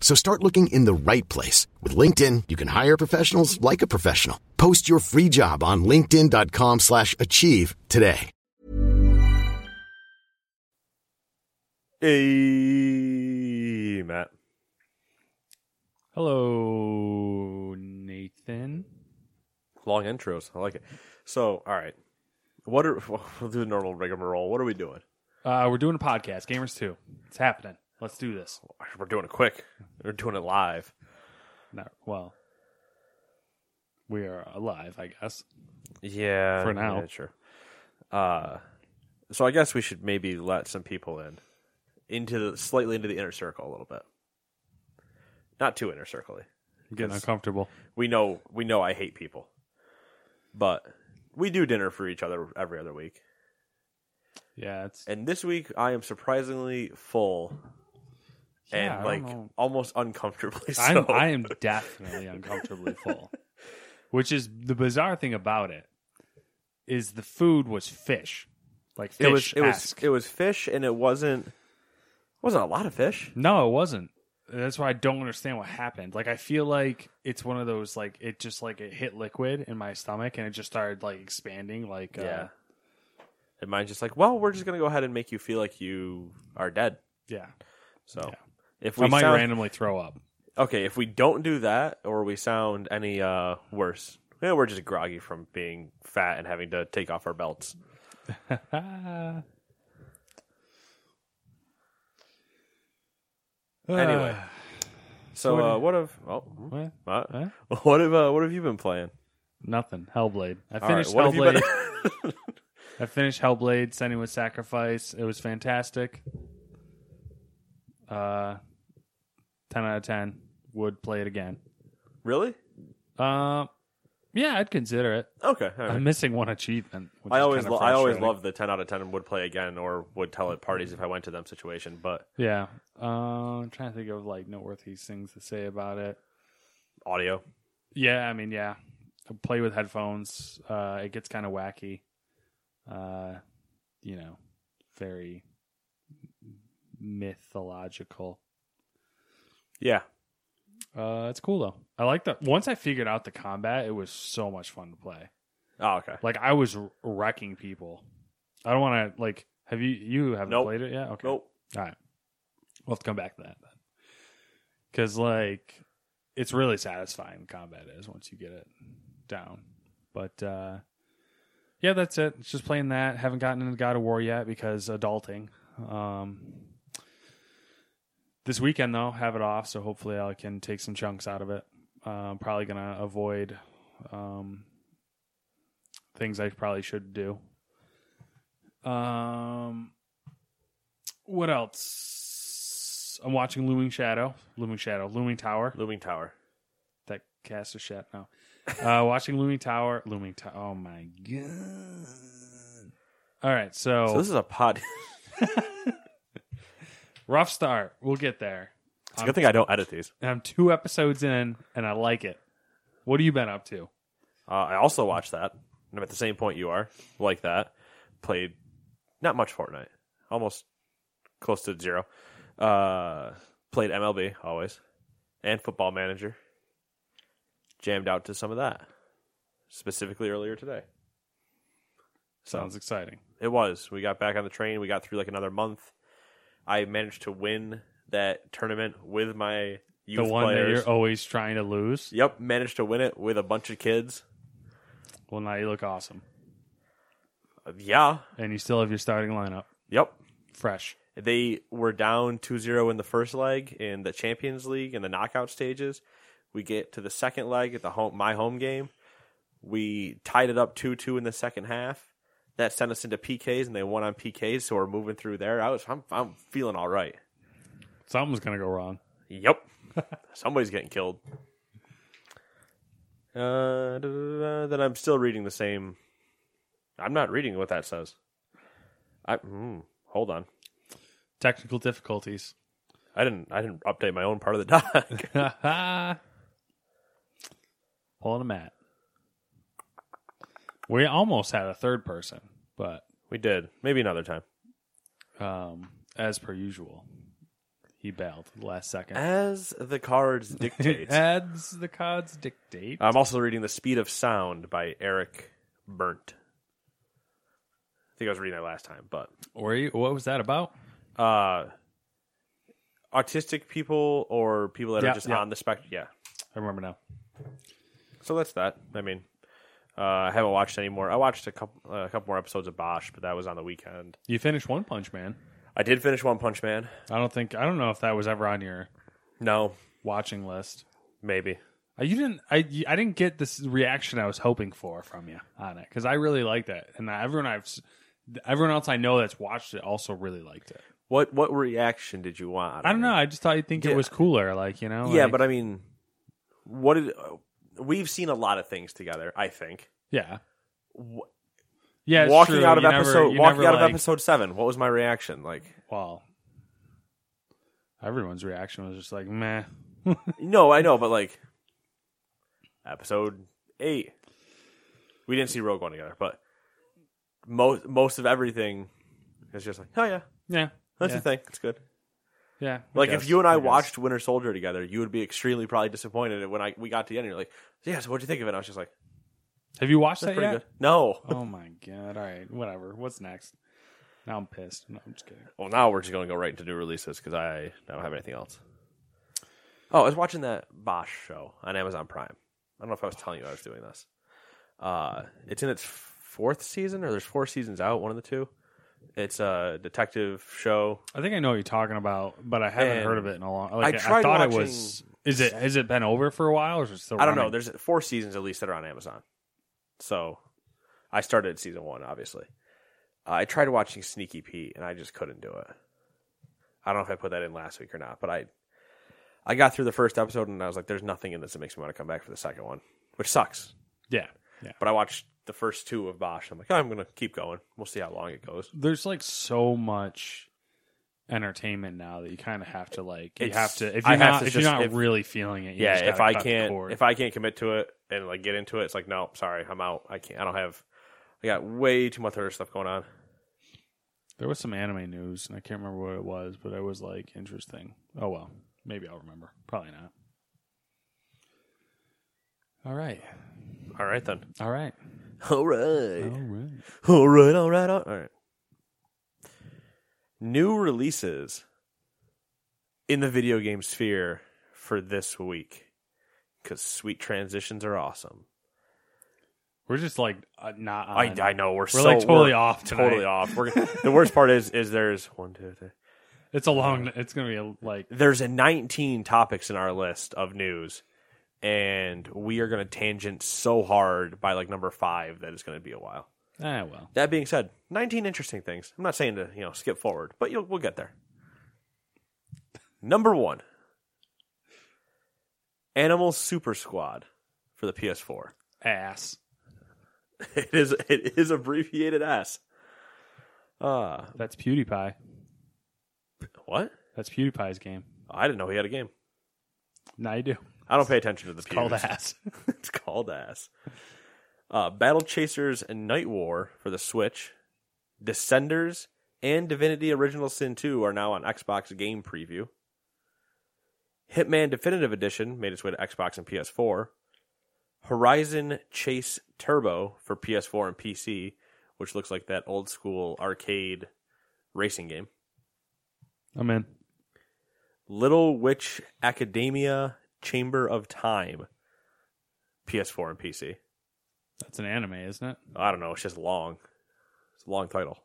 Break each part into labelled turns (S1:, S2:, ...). S1: So start looking in the right place. With LinkedIn, you can hire professionals like a professional. Post your free job on linkedin.com/achieve slash achieve today.
S2: Hey, Matt.
S3: Hello, Nathan.
S2: Long intros. I like it. So, all right. What are we'll do the normal rigmarole? What are we doing?
S3: Uh, we're doing a podcast, Gamers 2. It's happening. Let's do this.
S2: We're doing it quick. We're doing it live.
S3: Not, well, we are alive, I guess.
S2: Yeah,
S3: For now.
S2: yeah, sure. Uh, so I guess we should maybe let some people in into the, slightly into the inner circle a little bit. Not too inner circle.
S3: I'm getting uncomfortable.
S2: We know we know I hate people, but we do dinner for each other every other week.
S3: Yeah, it's
S2: And this week I am surprisingly full
S3: yeah,
S2: and
S3: I don't
S2: like
S3: know.
S2: almost uncomfortably so.
S3: I'm, I am definitely uncomfortably full. Which is the bizarre thing about it is the food was fish, like fish.
S2: it was it was
S3: ask.
S2: it was fish and it wasn't wasn't a lot of fish.
S3: No, it wasn't. That's why I don't understand what happened. Like I feel like it's one of those like it just like it hit liquid in my stomach and it just started like expanding like
S2: Yeah.
S3: uh,
S2: And mine's just like, well, we're just gonna go ahead and make you feel like you are dead.
S3: yeah.
S2: So if
S3: I
S2: we
S3: might
S2: sound,
S3: randomly throw up.
S2: okay, if we don't do that or we sound any uh, worse, yeah, we're just groggy from being fat and having to take off our belts. Anyway,
S3: Uh, What-
S2: so uh, what have oh,
S3: what?
S2: what,
S3: Huh?
S2: what have uh, what have you been playing?
S3: Nothing. Hellblade. I
S2: All right,
S3: finished
S2: what have you
S3: Hellblade.
S2: been-
S3: I finished Hellblade. Sending with sacrifice. It was fantastic. Uh, ten out of ten. Would play it again.
S2: really?
S3: Uh, yeah, I'd consider it.
S2: Okay. all right.
S3: I'm missing one achievement. which
S2: I
S3: is
S2: always
S3: kinda
S2: lo- I always
S3: frustrating.
S2: love the ten out of ten and would play again or would tell at parties if I went to them situation. But
S3: Yeah. Uh, I'm trying to think of like noteworthy things to say about it.
S2: audio,
S3: Yeah, I mean, yeah. Play with headphones. Uh, it gets kind of wacky. Uh, you know, very mythological.
S2: yeah,
S3: Uh, it's cool though. I like that. Once I figured out the combat, it was so much fun to play.
S2: oh okay,
S3: Like I was r- wrecking people. I don't want to like. Have you you haven't
S2: Nope.
S3: played it yet? Okay.
S2: nope,
S3: All right. We'll have to come back to that then. Because, like, it's really satisfying combat is once you get it down. But, uh, yeah, that's it. It's just playing that. Haven't gotten into God of War yet because adulting. Um, this weekend, though, have it off. So hopefully I can take some chunks out of it. Uh, I'm probably going to avoid um, things I probably should do. Um, what else? I'm watching Looming Shadow, Looming Shadow, Looming Tower.
S2: looming tower.
S3: That cast of shit. No, uh, watching Looming Tower, Looming Tower. Oh my god! All right, so,
S2: So this is a pod.
S3: rough start. We'll get there.
S2: it's a good thing I don't edit these.
S3: I'm two episodes in, and I like it. What have you been up to?
S2: Uh, I also watched that. And I'm at the same point you are, like that. Played not much Fortnite, almost close to zero. Uh, played MLB always, and Football Manager. Jammed out to some of that, specifically earlier today.
S3: Sounds exciting.
S2: It was. We got back on the train. We got through like another month. I managed to win that tournament with my youth
S3: The one
S2: players.
S3: that you're oh. always trying to lose.
S2: Yep, managed to win it with a bunch of kids.
S3: Well, now you look awesome.
S2: Yeah.
S3: and you still have your starting lineup
S2: Yep.
S3: fresh.
S2: They were down 2-0 in the first leg in the Champions League in the knockout stages. We get to the second leg at the home my home game. We tied it up 2-2 in the second half. That sent us into PKs and they won on PKs, so we're moving through there. I was I'm I'm feeling all right.
S3: Something's gonna go wrong.
S2: Yep. Somebody's getting killed. Uh, da, da, da, then I'm still reading the same. I'm not reading what that says. I mm, hold on.
S3: Technical difficulties.
S2: I didn't. I didn't update my own part of the doc.
S3: Pulling a mat. We almost had a third person, but
S2: we did. Maybe another time.
S3: um, as per usual, he bailed at the last second.
S2: As the cards dictate.
S3: Adds the cards dictate.
S2: I'm also reading The Speed of Sound by Eric Burnt. I think I was reading that last time, but
S3: Were you, what was that about?
S2: uh autistic people or people that
S3: Yeah,
S2: are just
S3: yeah.
S2: on the spectrum. Yeah.
S3: I remember now.
S2: So that's that. I mean, uh, I haven't watched any more. I watched a couple uh, a couple more episodes of Bosch, but that was on the weekend.
S3: You finished One Punch Man.
S2: I did finish One Punch Man.
S3: I don't think I don't know if that was ever on your
S2: No,
S3: watching list.
S2: maybe.
S3: Uh, You didn't. I you- I didn't get this reaction I was hoping for from you on it because I really liked it, and everyone I've s- everyone else I know that's watched it also really liked it.
S2: What what reaction did you want?
S3: I don't know. I just thought you'd think
S2: Yeah.
S3: it was cooler, like you know.
S2: yeah,
S3: like-
S2: but I mean, what did uh, we've seen a lot of things together? I think
S3: yeah,
S2: W-
S3: yeah. it's
S2: walking
S3: true.
S2: out of
S3: You never-
S2: episode
S3: you
S2: walking
S3: never,
S2: out of
S3: like-
S2: episode seven. What was my reaction like?
S3: Well, everyone's reaction was just like meh.
S2: No, I know, but like episode eight, we didn't see Rogue One together, but most most of everything is just like, oh yeah,
S3: Yeah,
S2: that's
S3: yeah,
S2: the thing, it's good.
S3: Yeah, I
S2: Like
S3: guess,
S2: if you and I,
S3: guess.
S2: watched Winter Soldier together, you would be extremely probably disappointed when I we got to the end. You're like, yeah, so what'd you think of it? I was just like,
S3: have you watched
S2: that's
S3: that
S2: pretty
S3: yet?
S2: good. No,
S3: Oh my god! All right, whatever. What's next? Now I'm pissed. No, I'm just kidding.
S2: well now we're just gonna go right into new releases because I don't have anything else. Oh, I was watching that Bosch show on Amazon Prime. I don't know if I was telling you I was doing this. Uh, it's in its fourth season, or there's four seasons out. One of the two. It's a detective show.
S3: I think I know what you're talking about, but I haven't
S2: And
S3: heard of it in a long. Like, I,
S2: tried
S3: thought it
S2: watching-
S3: was. Is it has it been over for a while or is it still?
S2: I don't know.
S3: running?
S2: There's four seasons at least that are on Amazon. So I started at season one, obviously. I tried watching Sneaky Pete and I just couldn't do it. I don't know if I put that in last week or not, but I I got through the first episode and I was like, there's nothing in this that makes me want to come back for the second one, which sucks.
S3: Yeah, yeah.
S2: But I watched the first two of Bosch. I'm like, "Oh, I'm going to keep going. We'll see how long it goes.
S3: There's like so much entertainment now that you kind of have to like. You
S2: It's-
S3: have to if
S2: I
S3: you're
S2: have
S3: not
S2: to
S3: if
S2: just-
S3: you're not
S2: if-
S3: really feeling it. You
S2: yeah
S3: just
S2: if
S3: gotta
S2: i
S3: cut the
S2: can't
S3: cord.
S2: if i can't commit to it and like get into it it's like no sorry i'm out i can't i don't have i got way too much other stuff going on
S3: there was some anime news and I can't remember what it was, but it was like interesting. Oh well, maybe I'll remember. Probably not. All right,
S2: all right then
S3: all right,
S2: all
S3: all
S2: right
S3: right.
S2: all right all right all right new releases in the video game sphere for this week because sweet transitions are awesome
S3: We're just like uh, not. On.
S2: I, I know we're,
S3: We're
S2: so-
S3: like totally
S2: we're
S3: off. Tonight.
S2: totally off we're, the worst part is is there's one two three
S3: It's a long. It's gonna be a, like
S2: there's a 19 topics in our list of news and we are going to tangent so hard by like number five that it's going to be a while
S3: ah well.
S2: that being said 19 interesting things i'm not saying to you know skip forward but you'll, we'll get there number one animal super squad for the ps4
S3: ass.
S2: it is it is abbreviated as uh
S3: That's PewDiePie.
S2: what
S3: That's PewDiePie's game.
S2: i didn't know he had a game
S3: Now you do.
S2: i don't pay attention to the
S3: Call
S2: pews.
S3: that ass.
S2: it's called ass. Uh, Battle Chasers and Night War for the Switch, Descenders, and Divinity Original Sin 2 are now on Xbox Game Preview. Hitman Definitive Edition made its way to Xbox and PS4. Horizon Chase Turbo for PS4 and PC, which looks like that old school arcade racing game.
S3: I'm in.
S2: Little Witch Academia Chamber of Time, PS4 and PC.
S3: That's an anime, isn't it?
S2: I don't know. It's just long. It's a long title.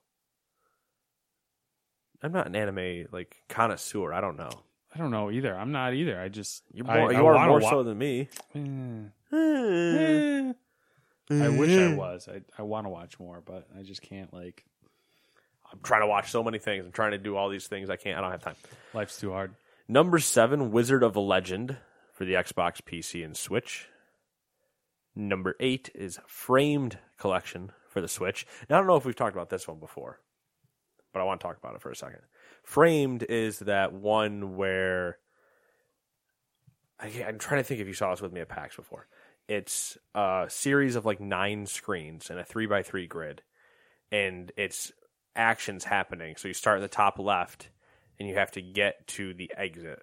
S2: I'm not an anime like connoisseur. I don't know.
S3: I don't know either. I'm not either. I just
S2: You're
S3: I-
S2: more,
S3: I
S2: you are
S3: wanna
S2: more
S3: wa-
S2: so than me.
S3: Mm.
S2: I
S3: Eh. I wish I was. I I want to watch more, but I just can't. Like
S2: I'm trying to watch so many things. I'm trying to do all these things. I can't. I don't have time.
S3: life's too hard.
S2: Number seven, Wizard of Legend for the Xbox, PC, and Switch. Number eight is Framed Collection for the Switch. Now, I don't know if we've talked about this one before, but I want to talk about it for a second. Framed is that one where I, can't- I'm trying to think if you saw this with me at PAX before. It's a series of like nine screens and a three by three grid, and it's actions happening. So you start at the top left and you have to get to the exit.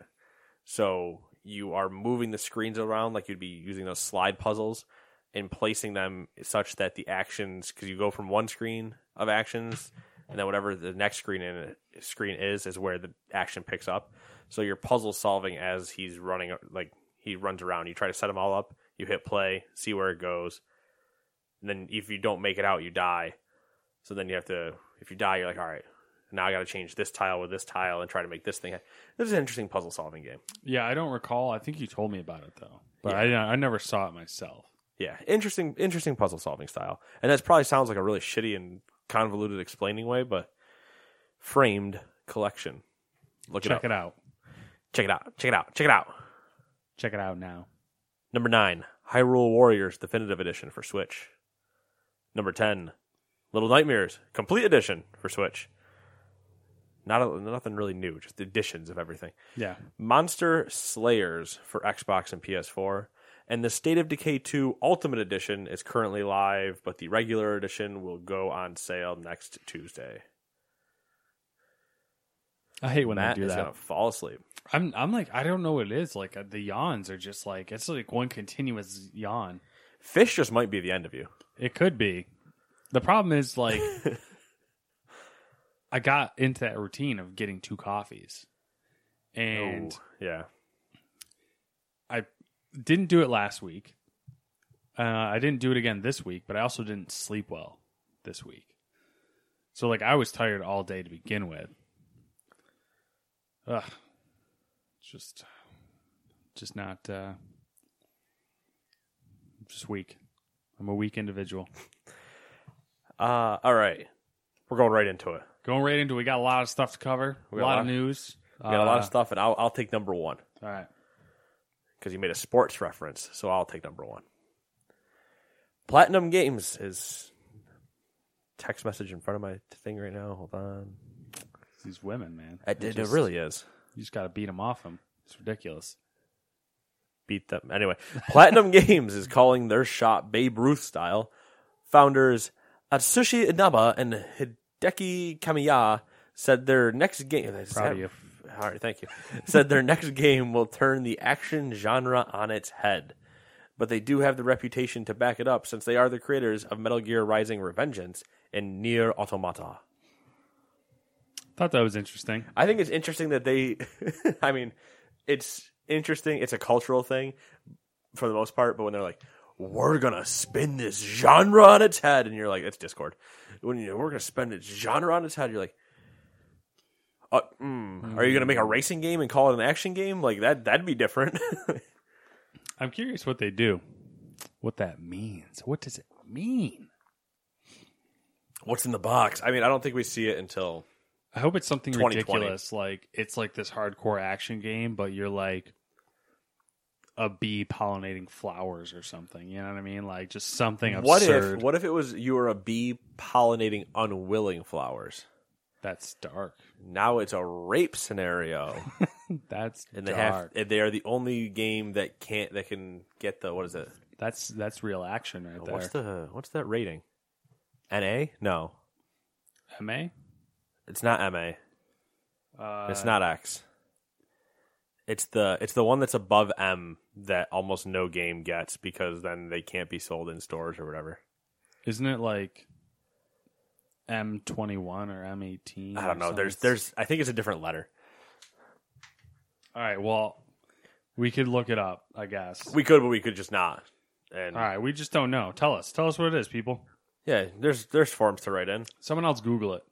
S2: So you are moving the screens around like you'd be using those slide puzzles and placing them such that the actions because you go from one screen of actions and then whatever the next screen in screen is is where the action picks up. So you're puzzle solving as he's running like he runs around. You try to set them all up. You hit play, see where it goes. And then if you don't make it out, you die. So then you have to if you die, you're like, all right, now I got to change this tile with this tile and try to make this thing. This is an interesting puzzle solving game.
S3: Yeah, I don't recall. I think you told me about it though, but
S2: Yeah.
S3: I didn't, I never saw it myself.
S2: Yeah, interesting, interesting puzzle solving style. And that probably sounds like a really shitty and convoluted explaining way, but framed collection. Look
S3: Check
S2: it
S3: it
S2: up.
S3: out.
S2: Check it out. Check it out. Check it out.
S3: Check it out now.
S2: Number nine, Hyrule Warriors Definitive Edition for Switch. Number ten, Little Nightmares Complete Edition for Switch. Not a, nothing really new, just editions of everything.
S3: Yeah,
S2: Monster Slayers for Xbox and PS4. And the State of Decay 2 Ultimate Edition is currently live, but the regular edition will go on sale next Tuesday.
S3: I hate when
S2: Matt
S3: I do
S2: is
S3: that.
S2: gonna fall asleep.
S3: I'm I'm like I don't know what it is. Like uh, the yawns are just like it's like one continuous yawn.
S2: Fish just might be the end of you.
S3: It could be. The problem is like I got into that routine of getting two coffees. And
S2: Ooh, yeah,
S3: I didn't do it last week. Uh, I didn't do it again this week, but I also didn't sleep well this week. So like I was tired all day to begin with. Ugh. Just just not uh just weak. I'm a weak individual.
S2: uh, all right, we're going right into it.
S3: Going right into we got a lot of stuff to cover.
S2: We
S3: a
S2: got
S3: lot
S2: a
S3: of
S2: lot.
S3: news.
S2: We got a lot of
S3: Uh,
S2: stuff, and I'll I'll take number one
S3: All right.
S2: because you made a sports reference, so I'll take number one. Platinum Games is text message in front of my thing right now. Hold on,
S3: These women, man.
S2: it, it
S3: Just-
S2: really is.
S3: You just got to beat them off them. It's ridiculous.
S2: beat them. Anyway, Platinum Games is calling their shot Babe Ruth style. Founders Atsushi Inaba and Hideki Kamiya said their next game. is
S3: Proud of you.
S2: All right, thank you. said their next game will turn the action genre on its head. But they do have the reputation to back it up since they are the creators of Metal Gear Rising Revengeance and Nier Automata.
S3: Thought that was interesting.
S2: I think it's interesting that they. I mean, it's interesting. It's a cultural thing for the most part. But when they're like, "We're gonna spin this genre on its head," and you're like, "It's Discord." When you we're gonna spin its genre on its head, you're like, uh, mm, "Are you gonna make a racing game and call it an action game? Like that? That'd be different."
S3: I'm curious what they do. What that means. What does it mean?
S2: What's in the box? I mean, I don't think we see it until
S3: I hope it's something
S2: 2020.
S3: ridiculous. Like it's like this hardcore action game, but you're like a bee pollinating flowers or something. You know what I mean? Like just something
S2: what
S3: absurd.
S2: if? What if it was you were a bee pollinating unwilling flowers?
S3: That's dark.
S2: Now it's a rape scenario.
S3: That's
S2: and they have
S3: dark.
S2: and they are the only game that can't that can get the what is it? Oh,
S3: that's that's real action right there.
S2: What's the what's that rating? NA? No,
S3: MA?
S2: it's not MA.
S3: Uh,
S2: It's not X. It's the it's the one that's above M that almost no game gets because then they can't be sold in stores or whatever.
S3: Isn't it like M twenty one or M eighteen?
S2: I don't know. There's there's I think it's a different letter.
S3: all right. Well, we could look it up, I guess.
S2: We could, but we could just not. And
S3: all right, we just don't know. Tell us, tell us what it is, people.
S2: Yeah, there's there's forms to write in.
S3: Someone else Google it.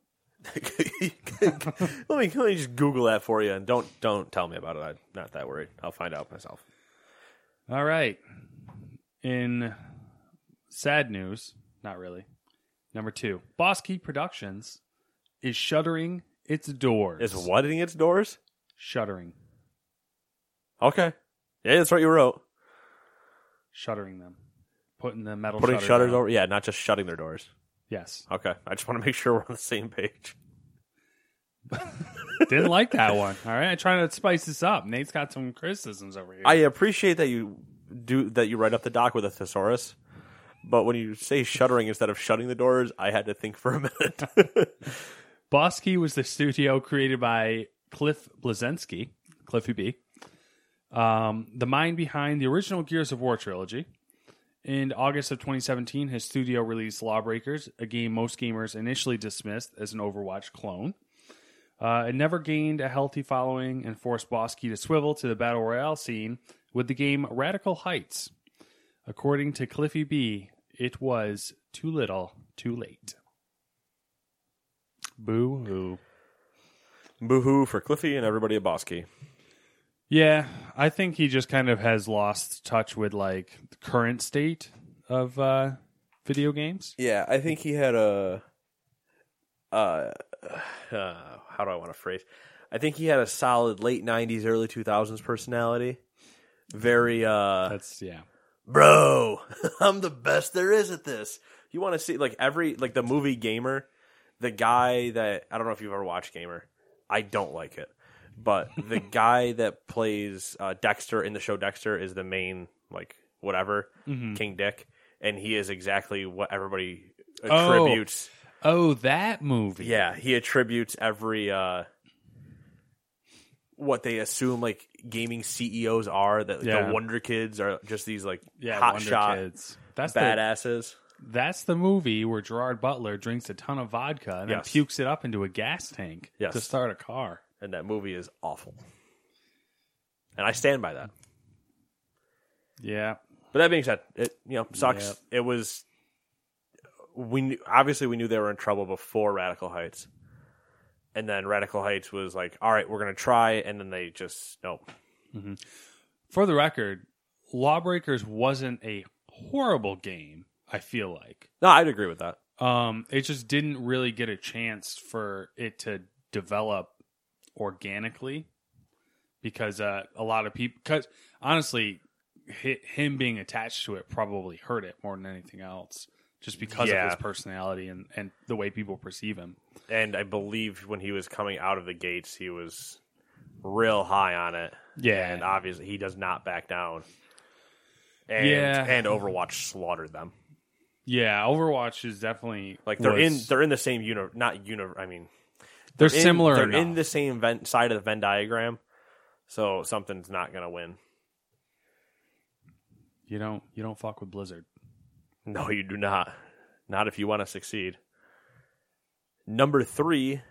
S2: let me let me just Google that for you, and don't don't tell me about it. I'm not that worried. I'll find out myself.
S3: All right. In sad news, not really. Number two, Boss Key Productions is shuttering its doors.
S2: Is widening its doors?
S3: Shuttering.
S2: Okay. Yeah, that's what you wrote.
S3: Shuttering them. Putting the metal
S2: Putting
S3: shutter
S2: shutters
S3: down.
S2: over. Yeah, not just shutting their doors.
S3: Yes.
S2: Okay. I just want to make sure we're on the same page.
S3: Didn't like that one. All right. I'm trying to spice this up. Nate's got some criticisms over here.
S2: I appreciate that you do that you write up the doc with a thesaurus, but when you say shuttering instead of shutting the doors, I had to think for a minute.
S3: Bosky was the studio created by Cliff Blazensky, Cliffy B, um, the mind behind the original Gears of War trilogy. In August of 2017, his studio released Lawbreakers, a game most gamers initially dismissed as an Overwatch clone. Uh, it never gained a healthy following and forced Bosky to swivel to the battle royale scene with the game Radical Heights. According to Cliffy B, it was too little, too late. Boo hoo.
S2: Boo hoo for Cliffy and everybody at Bosky.
S3: Yeah, I think he just kind of has lost touch with like the current state of uh video games.
S2: Yeah, I think he had a. Uh, uh, how do I want to phrase? I think he had a solid late '90s, early 2000s personality. Very, uh,
S3: That's yeah.
S2: bro, I'm the best there is at this. You want to see like every like the movie Gamer, the guy that I don't know if you've ever watched Gamer. I don't like it, but the guy that plays uh, Dexter in the show Dexter is the main like whatever
S3: Mm-hmm.
S2: King Dick, and he is exactly what everybody
S3: Oh.
S2: attributes.
S3: Oh, that movie.
S2: Yeah, he attributes every uh what they assume like gaming CEOs are that like,
S3: Yeah.
S2: the Wonder Kids are just these like
S3: Yeah,
S2: hot
S3: Wonder
S2: shot
S3: Kids. That's the,
S2: badasses.
S3: that's the movie where Gerard Butler drinks a ton of vodka and
S2: Yes.
S3: then pukes it up into a gas tank
S2: Yes.
S3: to start a car.
S2: And that movie is awful. And I stand by that.
S3: Yeah.
S2: But that being said, it you know sucks. It was we knew, obviously we knew they were in trouble before Radical Heights, and then Radical Heights was like, all right, we're gonna try, and then they just nope.
S3: For the record, Lawbreakers wasn't a horrible game, I feel like.
S2: No, I'd agree with that.
S3: Um, it just didn't really get a chance for it to develop organically because uh, a lot of people. Because honestly, hi him being attached to it probably hurt it more than anything else, just because
S2: Yeah.
S3: of his personality and and the way people perceive him.
S2: and I believe when he was coming out of the gates, he was real high on it,
S3: Yeah,
S2: and obviously he does not back down. And
S3: Yeah.
S2: and Overwatch slaughtered them.
S3: yeah. Overwatch is definitely
S2: Like they're in
S3: was-
S2: they're in the same uni not uni I mean
S3: they're,
S2: in-
S3: similar.
S2: They're in
S3: enough.
S2: the same Venn side of the Venn diagram, so something's not gonna win.
S3: you don't you don't fuck with Blizzard.
S2: No, you do not. Not if you want to succeed. Number three,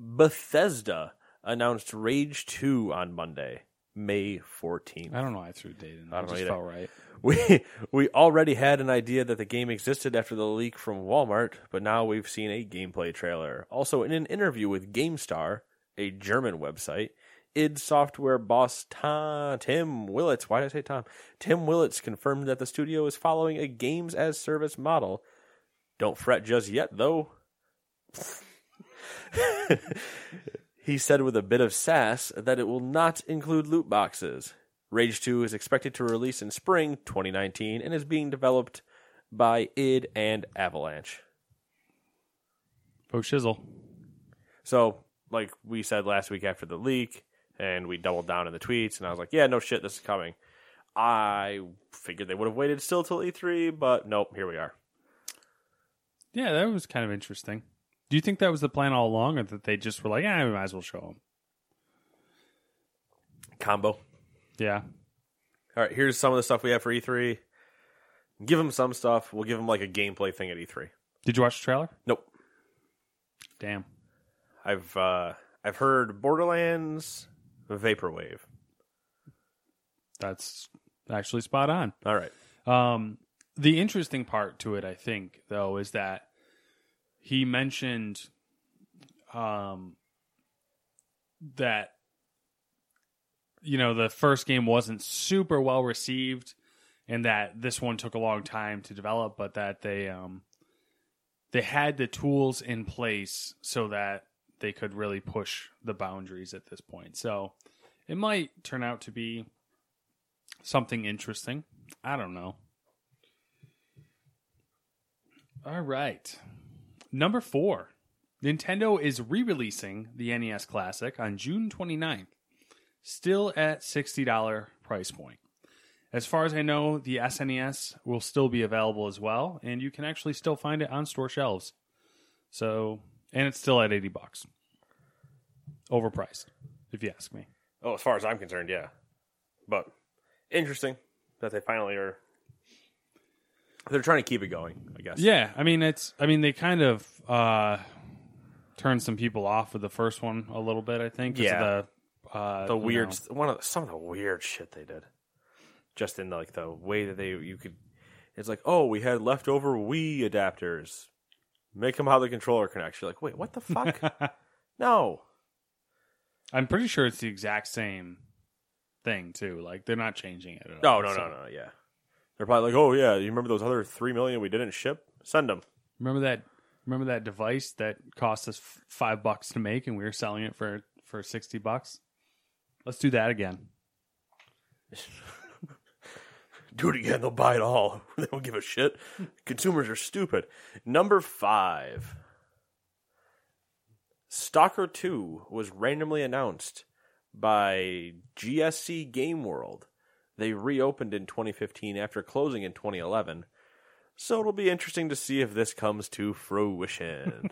S2: Bethesda announced Rage Two on Monday, May fourteenth.
S3: I don't know. why I threw date in.
S2: I
S3: I
S2: don't
S3: just
S2: either.
S3: felt right.
S2: We we already had an idea that the game existed after the leak from Walmart, but now we've seen a gameplay trailer. Also, in an interview with GameStar, a German website, id Software boss Tom, Tim Willits, why did I say Tom? Tim Willits confirmed that the studio is following a games as service model. Don't fret just yet, though. he said with a bit of sass that it will not include loot boxes. Rage 2 is expected to release in spring 2019 and is being developed by id and Avalanche.
S3: Oh shizzle.
S2: So, like we said last week after the leak, and we doubled down in the tweets, and I was like, yeah, no shit, this is coming. I figured they would have waited still till E3, but nope, here we are.
S3: Yeah, that was kind of interesting. Do you think that was the plan all along, or that they just were like, "Yeah, we might as well show them"?
S2: Combo.
S3: Yeah,
S2: All right, here's some of the stuff we have for E3. Give them some stuff. We'll give them like a gameplay thing at E3.
S3: Did you watch the trailer?
S2: Nope.
S3: Damn.
S2: I've uh, I've heard Borderlands Vaporwave.
S3: That's actually spot on.
S2: All right.
S3: Um, the interesting part to it, I think, though, is that he mentioned um, that you know the first game wasn't super well received, and that this one took a long time to develop, but that they um, they had the tools in place so that they could really push the boundaries at this point. So it might turn out to be something interesting. I don't know. All right. Number four Nintendo is re releasing the NES Classic on June 29th, still at $60 price point. As far as I know, the SNES will still be available as well, and you can actually still find it on store shelves. So, and it's still at 80 bucks. Overpriced, if you ask me.
S2: Oh, as far as I'm concerned, yeah. But interesting that they finally are. They're trying to keep it going, I guess.
S3: Yeah, I mean it's I mean they kind of uh turned some people off with the first one a little bit, I think. 'cause of
S2: Yeah.
S3: the uh
S2: the
S3: you
S2: weird
S3: know.
S2: st- one of the, some of the weird shit they did just in like the way that they you could it's like oh we had leftover wii adapters make them how the controller connects you're like wait what the fuck no
S3: I'm pretty sure it's the exact same thing too. Like they're not changing it at all.
S2: no no no
S3: So-
S2: no yeah they're probably like oh yeah you remember those other 3 million we didn't ship send them
S3: Remember that remember that device that cost us f- 5 bucks to make and we were selling it for for 60 bucks? Let's do that again.
S2: do it again they'll buy it all they don't give a shit consumers are stupid number 5 Stalker 2 was randomly announced by GSC Game World. They reopened in 2015 after closing in 2011. So it'll be interesting to see if this comes to fruition.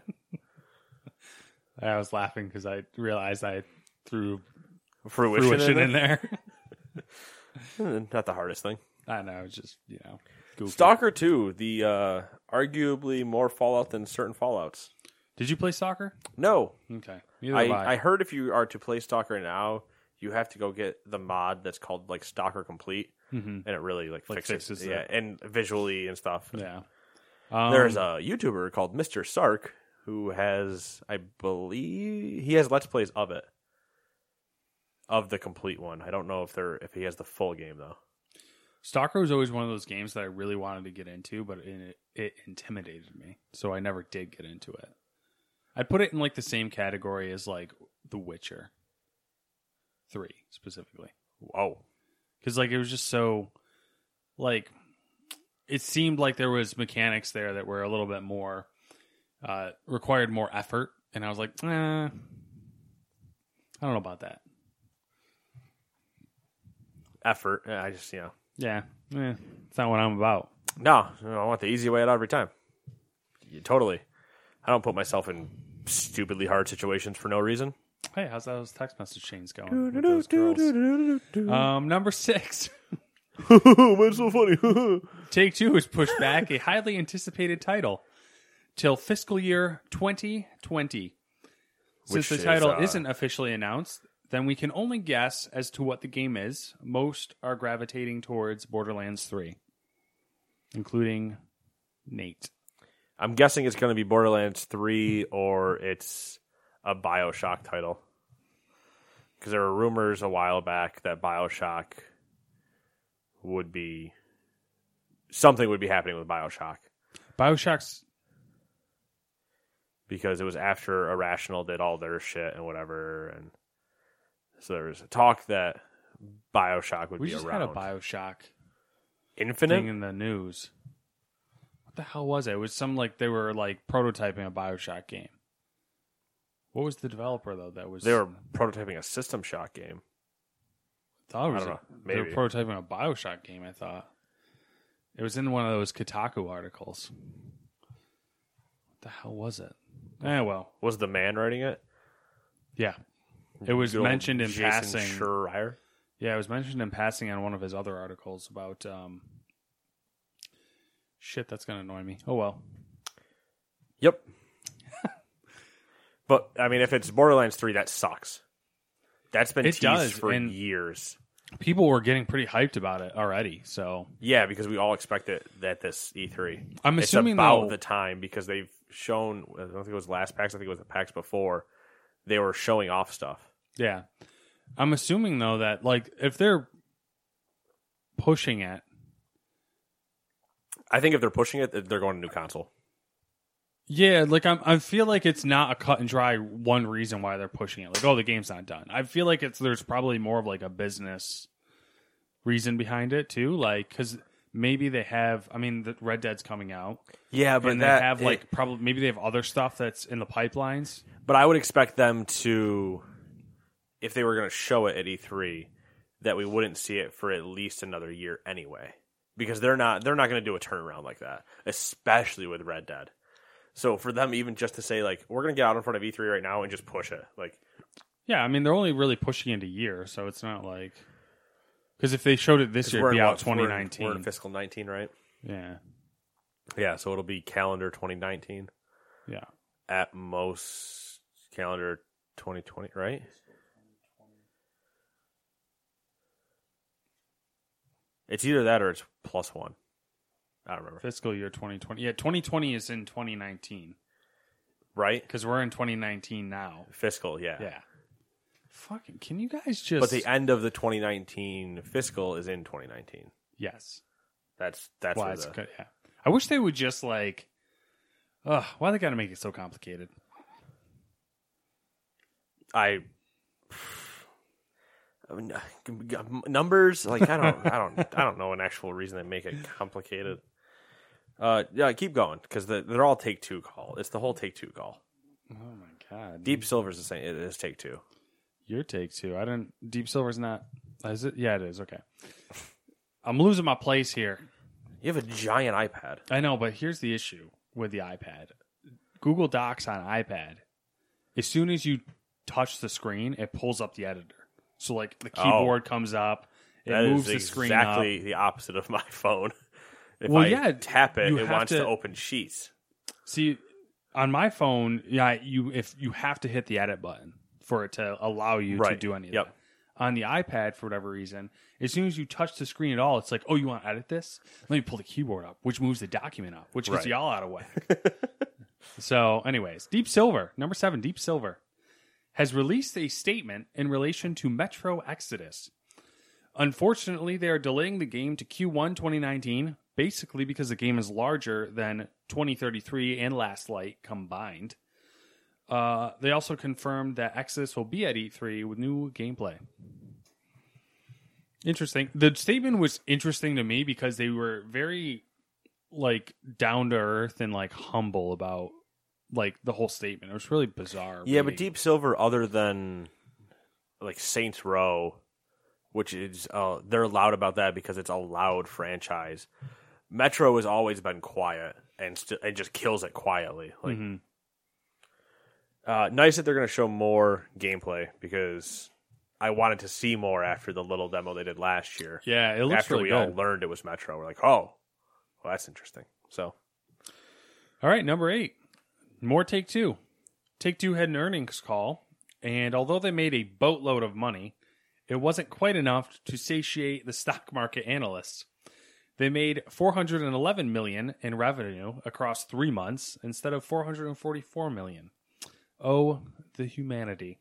S3: I was laughing cuz I realized I threw
S2: fruition,
S3: fruition
S2: in
S3: in there.
S2: it? Eh, Not the hardest thing.
S3: I know, it's just, you know, goofy.
S2: Stalker 2, the uh, arguably more Fallout than certain Fallouts.
S3: Did you play soccer?
S2: No,
S3: Okay. Neither have
S2: I, I heard if you are to play Stalker now, you have to go get the mod that's called like Stalker Complete,
S3: Mhm.
S2: and it really like,
S3: Like,
S2: fixes,
S3: fixes
S2: yeah,
S3: it.
S2: and visually and stuff.
S3: Yeah. Um,
S2: There's a YouTuber called Mr. Sark who has, I believe, he has let's plays of it, of the complete one. I don't know if they're if he has the full game though.
S3: Stalker was always one of those games that I really wanted to get into, but it, it intimidated me, so I never did get into it. I'd put it in like the same category as like The Witcher, three specifically,
S2: Whoa,
S3: because like it was just so, like, it seemed like there was mechanics there that were a little bit more uh, required more effort, and I was like, eh, I don't know about that.
S2: effort! Yeah, I just you know,
S3: Yeah, eh, it's not what I'm about.
S2: no, no, I want the easy way out every time. Yeah, totally, I don't put myself in stupidly hard situations for no reason.
S3: Hey, how's those text message chains going? with those girls? Um, number six,
S2: That's so funny.
S3: Take Two has pushed back a highly anticipated title till fiscal year 2020. Since
S2: Which
S3: the
S2: is,
S3: title
S2: uh,
S3: isn't officially announced, then we can only guess as to what the game is. Most are gravitating towards Borderlands 3, including Nate.
S2: I'm guessing it's going to be Borderlands 3 or it's a BioShock title. Cuz there were rumors a while back that BioShock would be something would be happening with BioShock
S3: Bioshock's
S2: because it was after Irrational did all their shit and whatever and so there was talk that BioShock would
S3: we
S2: be
S3: just
S2: around.
S3: had a Bioshock
S2: Infinite?
S3: thing in the news. What the hell was it? It was some like they were like prototyping a Bioshock game. What was the developer though? That was
S2: They were prototyping a System Shock game.
S3: I thought it was
S2: I don't
S3: a-
S2: know,
S3: they were
S2: maybe.
S3: prototyping a Bioshock game. I thought it was in one of those Kotaku articles. What the hell was it? Eh, well,
S2: Was the man writing it?
S3: yeah, it was
S2: Good old
S3: mentioned in
S2: Jason
S3: passing.
S2: Schreier?
S3: Yeah, it was mentioned in passing on one of his other articles about. um Shit, that's gonna annoy me. Oh well.
S2: Yep. but I mean, if it's Borderlands three, that sucks. That's been
S3: It
S2: teased
S3: does,
S2: for
S3: and-
S2: years.
S3: people were getting pretty hyped about it already. So
S2: Yeah, because we all expect it at this E3.
S3: I'm
S2: it's
S3: assuming,
S2: about
S3: though-
S2: the time because they've shown. I don't think it was last PAX. I think it was the PAX before. They were showing off stuff.
S3: yeah, I'm assuming though that like if they're pushing it,
S2: I think if they're pushing it, they're going to new console.
S3: yeah, like I'm, I feel like it's not a cut and dry one reason why they're pushing it. Like oh, the game's not done. I feel like it's there's probably more of like a business reason behind it too. Like because maybe they have. I mean, the Red Dead's coming out,
S2: Yeah,
S3: and they have like probably maybe they have other stuff that's in the pipelines.
S2: But I would expect them to, if they were going to show it at E3, that we wouldn't see it for at least another year anyway, because they're not they're not going to do a turnaround like that, especially with Red Dead. So for them, even just to say like we're going to get out in front of E3 right now and just push it, like
S3: Yeah, I mean they're only really pushing it a year, so it's not like because if they showed it this
S2: 'cause
S3: year, it'd be
S2: in
S3: out
S2: what- we're in-
S3: 2019.
S2: we're in fiscal 19, right?
S3: yeah,
S2: Yeah, so it'll be calendar 2019
S3: yeah,
S2: at most, calendar 2020, right? It's either that or it's plus one. I don't remember.
S3: fiscal year 2020. Yeah, 2020 is in 2019
S2: Right?
S3: because we're in 2019 now.
S2: Fiscal, yeah.
S3: Yeah, fucking. Can you guys just?
S2: But the end of the 2019 fiscal is in 2019.
S3: yes,
S2: That's that's
S3: why
S2: where
S3: it's
S2: the-
S3: good. Yeah, I wish they would just like. Ugh, why they gotta make it so complicated?
S2: I. I mean, uh, numbers like I don't I don't I don't know an actual reason they make it complicated. Uh, yeah, keep going because the, they're all take two call. It's the whole take two call.
S3: Oh my god,
S2: Deep Silver's the same. It is take two.
S3: Your take too. I didn't. Deep Silver's not. Is it? Yeah, it is. Okay. I'm losing my place here.
S2: You have a giant iPad.
S3: I know, but here's the issue with the iPad. Google Docs on iPad, as soon as you touch the screen, it pulls up the editor. So like the
S2: Oh.
S3: keyboard comes up, it
S2: That is
S3: moves the screen up.
S2: exactly the opposite of my phone. If
S3: Well,
S2: I
S3: yeah,
S2: tap it,
S3: you
S2: it
S3: have
S2: wants to,
S3: to-
S2: open sheets.
S3: See, on my phone, yeah, you if you have to hit the edit button for it to allow you to
S2: Right.
S3: do any of
S2: Yep.
S3: that. On the iPad, for whatever reason, as soon as you touch the screen at all, it's like, oh, you want to edit this? Let me pull the keyboard up, which moves the document up, which gets
S2: Right.
S3: y'all out of whack. so, anyways, Deep Silver, number seven, Deep Silver, has released a statement in relation to Metro Exodus. Unfortunately, they are delaying the game to Q1 2019, basically because the game is larger than 2033 and Last Light combined. Uh, they also confirmed that Exodus will be at E3 with new gameplay. Interesting. The statement was interesting to me because they were very like down to earth and like humble about like the whole statement. It was really bizarre.
S2: Yeah, but
S3: reading.
S2: Deep Silver, other than like Saints Row, which is uh, they're loud about that because it's a loud franchise. Metro has always been quiet and st- and just kills it quietly. Like,
S3: Mhm.
S2: uh, nice that they're going to show more gameplay because I wanted to see more after the little demo they did last year.
S3: yeah, it looks
S2: after
S3: really
S2: we
S3: good.
S2: all learned it was Metro, we're like, oh, well, that's interesting. So
S3: All right, number eight. More Take Two. Take Two had an earnings call, and although they made a boatload of money, it wasn't quite enough to satiate the stock market analysts. They made 411 million in revenue across three months instead of 444 million. Oh, the humanity.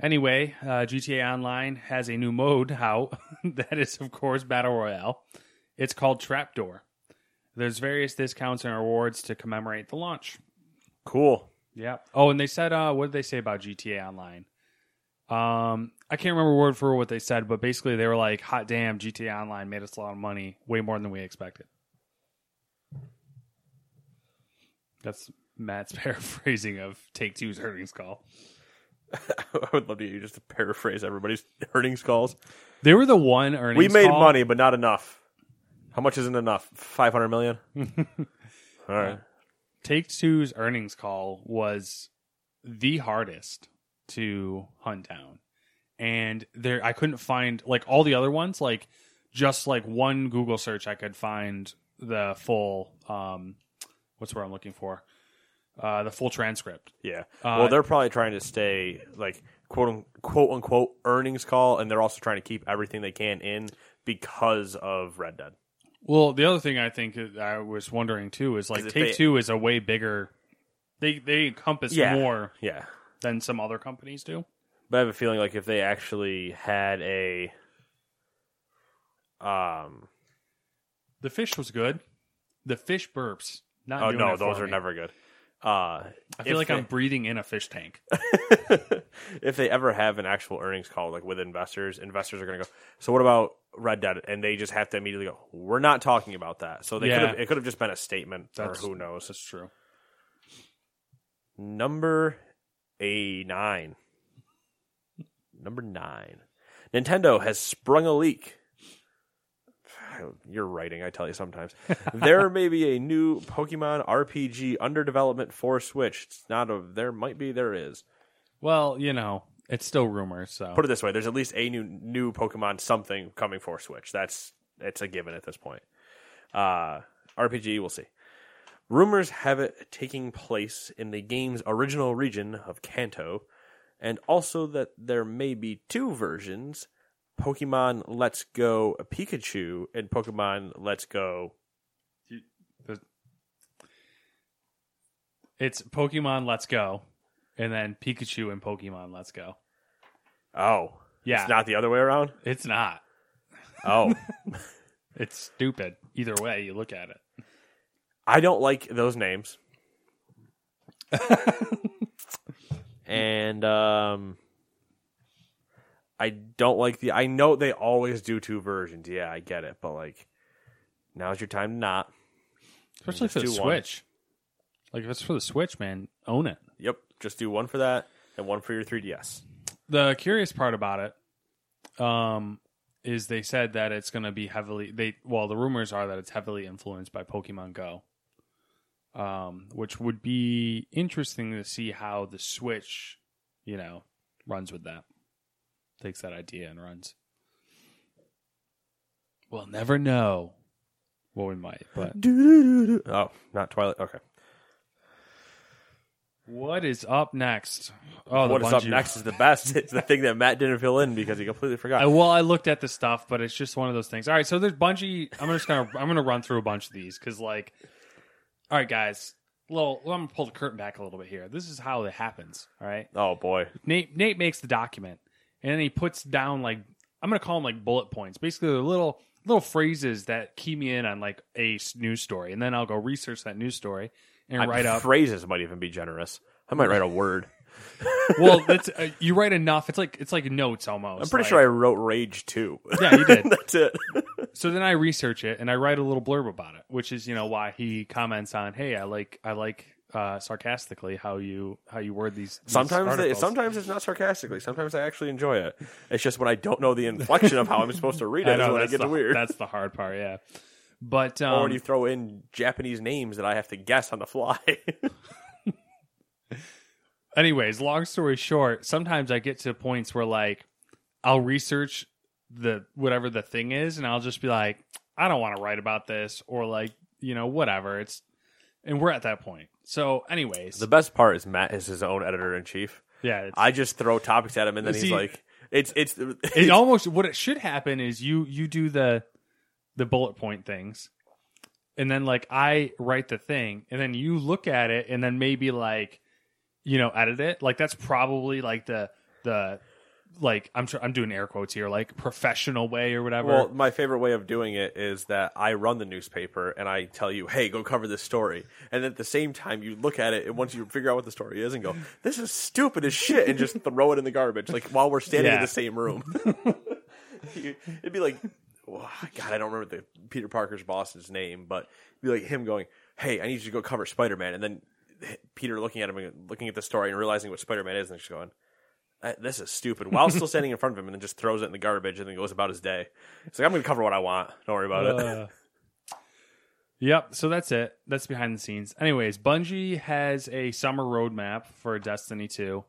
S3: Anyway, uh, GTA Online has a new mode out that is, of course, Battle Royale. It's called Trapdoor. There's various discounts and rewards to commemorate the launch.
S2: cool.
S3: Yeah. Oh, and they said, uh, what did they say about GTA Online? Um, I can't remember word for what they said, but basically they were like, "Hot damn, GTA Online made us a lot of money, way more than we expected." That's Matt's paraphrasing of Take Two's earnings call.
S2: I would love to hear you just to paraphrase everybody's earnings calls.
S3: They were the one earnings.
S2: we made
S3: call-
S2: money, but not enough. How much isn't enough? Five hundred million. All right.
S3: Take Two's earnings call was the hardest to hunt down, and there I couldn't find like all the other ones. Like just like one Google search, I could find the full um, what's where I'm looking for uh, the full transcript.
S2: Yeah.
S3: Uh,
S2: well, they're probably trying to stay like quote un- quote unquote earnings call, and they're also trying to keep everything they can in because of Red Dead.
S3: Well, the other thing I think is- I was wondering too is like
S2: 'Cause if
S3: Take
S2: they-
S3: Two is a way bigger. They they encompass
S2: Yeah.
S3: more
S2: Yeah.
S3: than some other companies do.
S2: But I have a feeling like if they actually had a um
S3: The fish was good. The fish burps. Not
S2: oh
S3: doing
S2: no,
S3: it for
S2: those are
S3: me.
S2: never good. Uh
S3: I feel
S2: if
S3: like
S2: they-
S3: I'm breathing in a fish tank.
S2: if they ever have an actual earnings call like with investors, investors are going to go. So what about Red Dead? And they just have to immediately go. We're not talking about that. So they could
S3: Yeah.
S2: have, it could have just been a statement
S3: That's-
S2: or who knows.
S3: That's true.
S2: Number a nine. Number nine. Nintendo has sprung a leak. You're writing, I tell you sometimes. there may be a new Pokemon RPG under development for Switch. It's not a there might be, there is.
S3: Well, you know, it's still rumors. So
S2: Put it this way, there's at least a new new Pokemon something coming for Switch. That's it's a given at this point. Uh RPG, we'll see. Rumors have it taking place in the game's original region of Kanto, and also that there may be two versions Pokemon Let's Go Pikachu and Pokemon Let's Go.
S3: it's Pokemon Let's Go, and then Pikachu and Pokemon Let's Go.
S2: Oh,
S3: Yeah.
S2: It's not the other way around?
S3: It's not.
S2: Oh.
S3: It's stupid. Either way you look at it.
S2: I don't like those names. and um I don't like the I know they always do two versions. Yeah, I get it, but like now's your time to not.
S3: Especially for the
S2: do one.
S3: Switch. Like if it's for the Switch, man, own it.
S2: Yep, just do one for that and one for your 3DS.
S3: The curious part about it um is they said that it's going to be heavily they well the rumors are that it's heavily influenced by Pokemon Go. Um which would be interesting to see how the Switch, you know, runs with that. Takes that idea and runs. We'll never know. Well, we might, but
S2: Oh, not Twilight. Okay.
S3: What is up next? Oh, the
S2: what is up
S3: Bungie-
S2: next is the best. It's the thing that Matt didn't fill in because he completely forgot.
S3: I, well, I looked at the stuff, but it's just one of those things. All right, so there's Bungie. I'm just gonna I'm gonna run through a bunch of these because, like, all right, guys, little. I'm gonna pull the curtain back a little bit here. This is how it happens. All right,
S2: oh boy.
S3: Nate Nate makes the document, and then he puts down like I'm gonna call them like bullet points. Basically, they're little little phrases that key me in on like a s- news story, and then I'll go research that news story and
S2: I-
S3: write up
S2: phrases might even be generous. I might write a word.
S3: well, that's uh, you write enough. It's like it's like notes almost.
S2: I'm pretty
S3: like-
S2: sure I wrote Rage 2.
S3: Yeah, you did.
S2: That's it.
S3: so then I research it and I write a little blurb about it, which is you know why he comments on, "Hey, I like I like uh, sarcastically how you how you word these." these
S2: Sometimes they,
S3: articles.
S2: sometimes it's not sarcastically. Sometimes I actually enjoy it. It's just when I don't know the inflection of how I'm supposed to read it
S3: I
S2: is
S3: know
S2: when I
S3: that's
S2: get
S3: the,
S2: weird.
S3: That's the hard part, yeah. But
S2: or when
S3: um,
S2: you throw in Japanese names that I have to guess on the fly.
S3: anyways, long story short, sometimes I get to points where like I'll research the whatever the thing is, and I'll just be like, I don't want to write about this, or like you know whatever. It's and we're at that point. So, anyways,
S2: the best part is Matt is his own editor in chief.
S3: yeah, it's,
S2: I just throw topics at him, and then he's
S3: See-
S2: like, "It's it's."
S3: it almost what it should happen is you you do the the bullet point things and then like i write the thing and then you look at it and then maybe like you know edit it like that's probably like the the like i'm tr- i'm doing air quotes here like professional way or whatever
S2: Well, my favorite way of doing it is that I run the newspaper and I tell you, "Hey, go cover this story," and at the same time, you look at it and once you figure out what the story is, and go, "This is stupid as shit," and just throw it in the garbage, like while we're standing in
S3: Yeah.
S2: the same room. You- it'd be like, oh, God, I don't remember the Peter Parker's boss's name, but it'd be like him going, "Hey, I need you to go cover Spider Man," and then Peter looking at him, and looking at the story, and realizing what Spider Man is, and just going. "Uh, This is stupid. While still standing in front of him, and then just throws it in the garbage, and then goes about his day. It's like I'm going to cover what I want. Don't worry about it.
S3: Uh, yep. So that's it. That's behind the scenes. Anyways, Bungie has a summer roadmap for Destiny 2.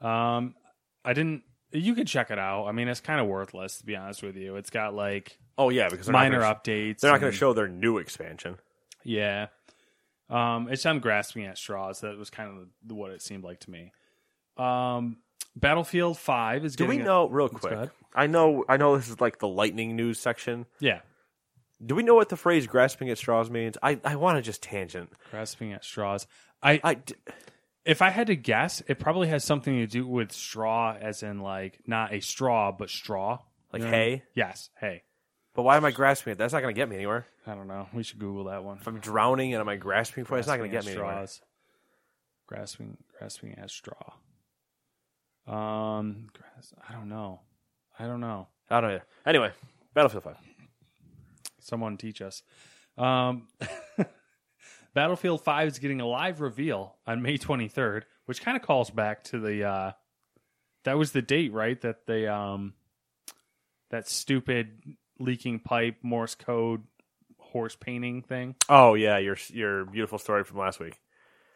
S3: Um, I didn't. You can check it out. I mean, it's kind of worthless to be honest with you. It's got like
S2: Oh yeah, because they're
S3: minor
S2: not gonna,
S3: updates.
S2: They're not going to
S3: and-
S2: show their new expansion.
S3: Yeah. Um, it's I'm grasping at straws. That was kind of the, what it seemed like to me. Um, Battlefield Five is.
S2: Do we
S3: getting a-
S2: know real
S3: Let's
S2: quick?
S3: go ahead.
S2: I know I know this is like the lightning news section.
S3: yeah,
S2: Do we know what the phrase grasping at straws means? I, I want to just tangent.
S3: grasping at straws. I,
S2: I d-
S3: if I had to guess, it probably has something to do with straw, as in like not a straw, but straw,
S2: like
S3: You know what I mean?
S2: hey,
S3: Yes, hey.
S2: but why am I grasping it? That's not going to get me anywhere.
S3: I don't know. We should Google that one.
S2: If I'm drowning and am I grasping for it, it's not going to
S3: Grasping
S2: get
S3: at
S2: me anywhere.
S3: Grasping, grasping at straw. Um, gras- I don't know. I don't know.
S2: I don't know. Anyway, Battlefield Five.
S3: Someone teach us. Um, Battlefield Five is getting a live reveal on May 23rd, which kind of calls back to the. Uh, that was the date, right? That they um, that stupid leaking pipe Morse code horse painting thing.
S2: Oh yeah, your your beautiful story from last week.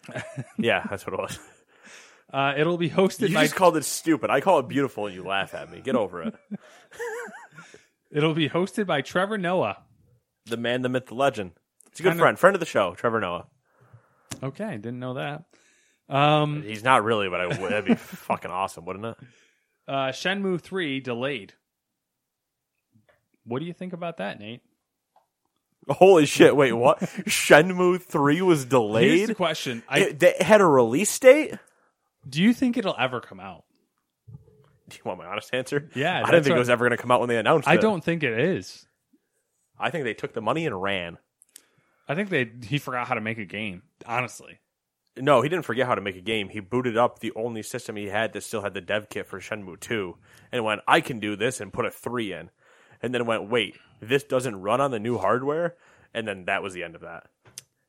S2: yeah, that's what it was.
S3: Uh, it'll be hosted
S2: You
S3: by
S2: just called it stupid. I call it beautiful, and you laugh at me. Get over it.
S3: it'll be hosted by Trevor Noah.
S2: The man, the myth, the legend. It's a good
S3: Kinda-
S2: friend, friend of the show, Trevor Noah.
S3: Okay, didn't know that. Um,
S2: He's not really, but I would. That'd be fucking awesome, wouldn't it?
S3: uh, Shenmue three delayed. What do you think about that, Nate?
S2: Holy shit! Wait, what? Shenmue Three was
S3: Here's
S2: delayed.
S3: the question: I,
S2: it, they had a release date.
S3: Do you think it'll ever come out?
S2: Do you want my honest answer?
S3: Yeah,
S2: I
S3: that's
S2: didn't think
S3: what-
S2: it was ever going to come out when they announced
S3: I
S2: it.
S3: don't think it is.
S2: I think they took the money and ran.
S3: I think they he forgot how to make a game. Honestly,
S2: No, he didn't forget how to make a game. He booted up the only system he had that still had the dev kit for Shenmue 2 and went, I can do this and put a 3 in. And then went, wait, this doesn't run on the new hardware? And then that was the end of that.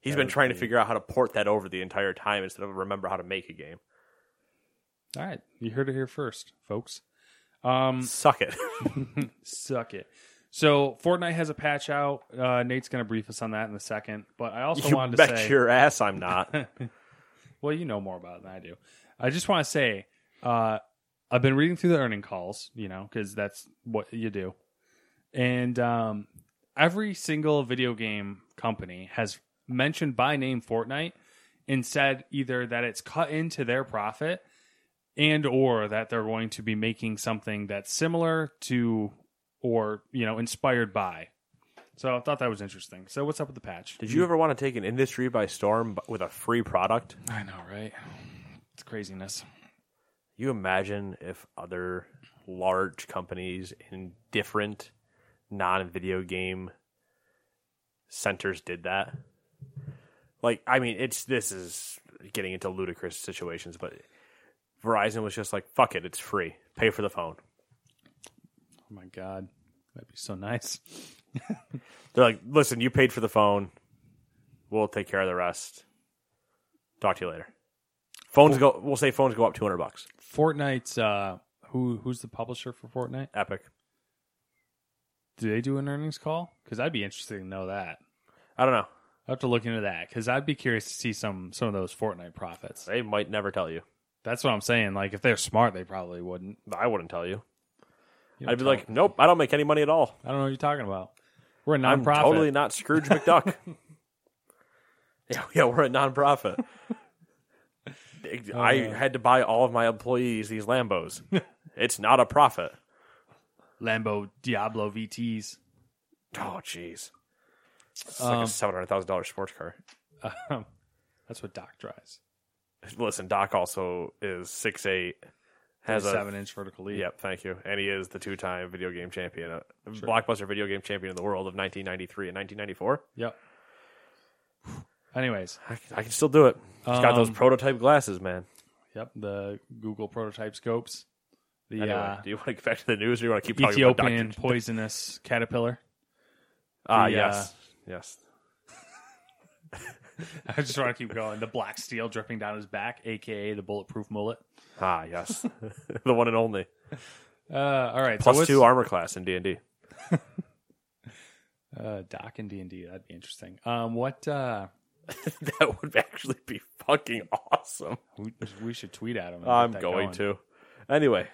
S2: He's been trying to figure out how to port that over the entire time instead of remember how to make a game.
S3: all right, you heard it here first, folks. Um,
S2: Suck it.
S3: suck it. So Fortnite has a patch out. Uh, Nate's going to brief us on that in a second. But I also
S2: you
S3: wanted to
S2: bet
S3: say,
S2: your ass I'm not.
S3: well, you know more about it than I do. I just want to say, uh, I've been reading through the earning calls, you know, because that's what you do. And um, every single video game company has mentioned by name Fortnite and said either that it's cut into their profit and or that they're going to be making something that's similar to or you know inspired by so i thought that was interesting so what's up with the patch
S2: Did you ever want to take an industry by storm b- with a free product?
S3: i know right it's craziness
S2: you imagine if other large companies in different non-video game centers did that like i mean it's this is getting into ludicrous situations but verizon was just like fuck it it's free pay for the phone
S3: Oh my god, that'd be so nice.
S2: they're like listen you paid for the phone we'll take care of the rest talk to you later phones go we'll say phones go up 200 bucks
S3: Fortnite's uh, who who's the publisher for Fortnite?
S2: epic
S3: Do they do an earnings call? Because I'd be interested to know that.
S2: i don't know
S3: I have to look into that because I'd be curious to see some some of those Fortnite profits.
S2: they might never tell you
S3: That's what I'm saying. Like if they're smart, they probably wouldn't.
S2: i wouldn't tell you
S3: You
S2: I'd be
S3: don't
S2: like, nope, I don't make any money at all.
S3: tell- I don't know what you're talking about. We're a
S2: I'm
S3: nonprofit.
S2: totally not Scrooge McDuck. yeah, yeah, we're a nonprofit.
S3: Oh,
S2: I had to buy all of my employees these Lambos. it's not a profit.
S3: Lambo Diablo VTS.
S2: Oh, jeez. It's like a seven hundred thousand dollars sports car.
S3: Um, that's what Doc drives.
S2: Listen, Doc also is six eight, has a
S3: seven inch vertical lead.
S2: Yep, thank you. And he is the two time video game champion, uh, blockbuster video game champion of the world of 1993 and 1994.
S3: Yep. Anyways,
S2: I can, I can still do it. He's got those
S3: Um,
S2: prototype glasses, man.
S3: yep. The Google prototype scopes. The
S2: Anyway,
S3: uh,
S2: do you want to get back to the news or you want to keep talking
S3: Ethiopian
S2: about Dr.
S3: poisonous caterpillar.
S2: Ah,
S3: the,
S2: yes. yes.
S3: uh, I just want to keep going. The black steel dripping down his back, aka the bulletproof mullet.
S2: Ah, yes. the one and only.
S3: Uh, all right,
S2: Plus
S3: so what's-
S2: two armor class in D&D.
S3: uh, Doc and D and D. That'd be interesting. Um, what uh,
S2: that would actually be fucking awesome.
S3: we, we should tweet at him. and get
S2: I'm
S3: that
S2: going, to. Anyway,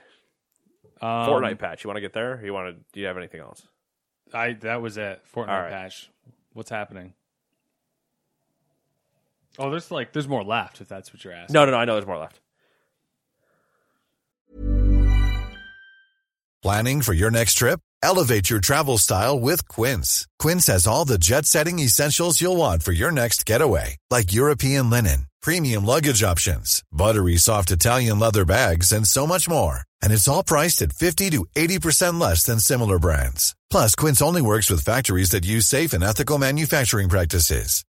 S3: Um,
S2: Fortnite patch. You want to get there? Or you want to? Do you have anything else?
S3: I that was it. Fortnite
S2: All right.
S3: patch. What's happening? Oh, there's like there's more left if that's what you're asking.
S2: No, no, no. I know there's more left.
S4: Planning for your next trip? Elevate your travel style with Quince. Quince has all the jet setting essentials you'll want for your next getaway, like European linen, premium luggage options, buttery soft Italian leather bags, and so much more. And it's all priced at 50 to 80% less than similar brands. Plus, Quince only works with factories that use safe and ethical manufacturing practices.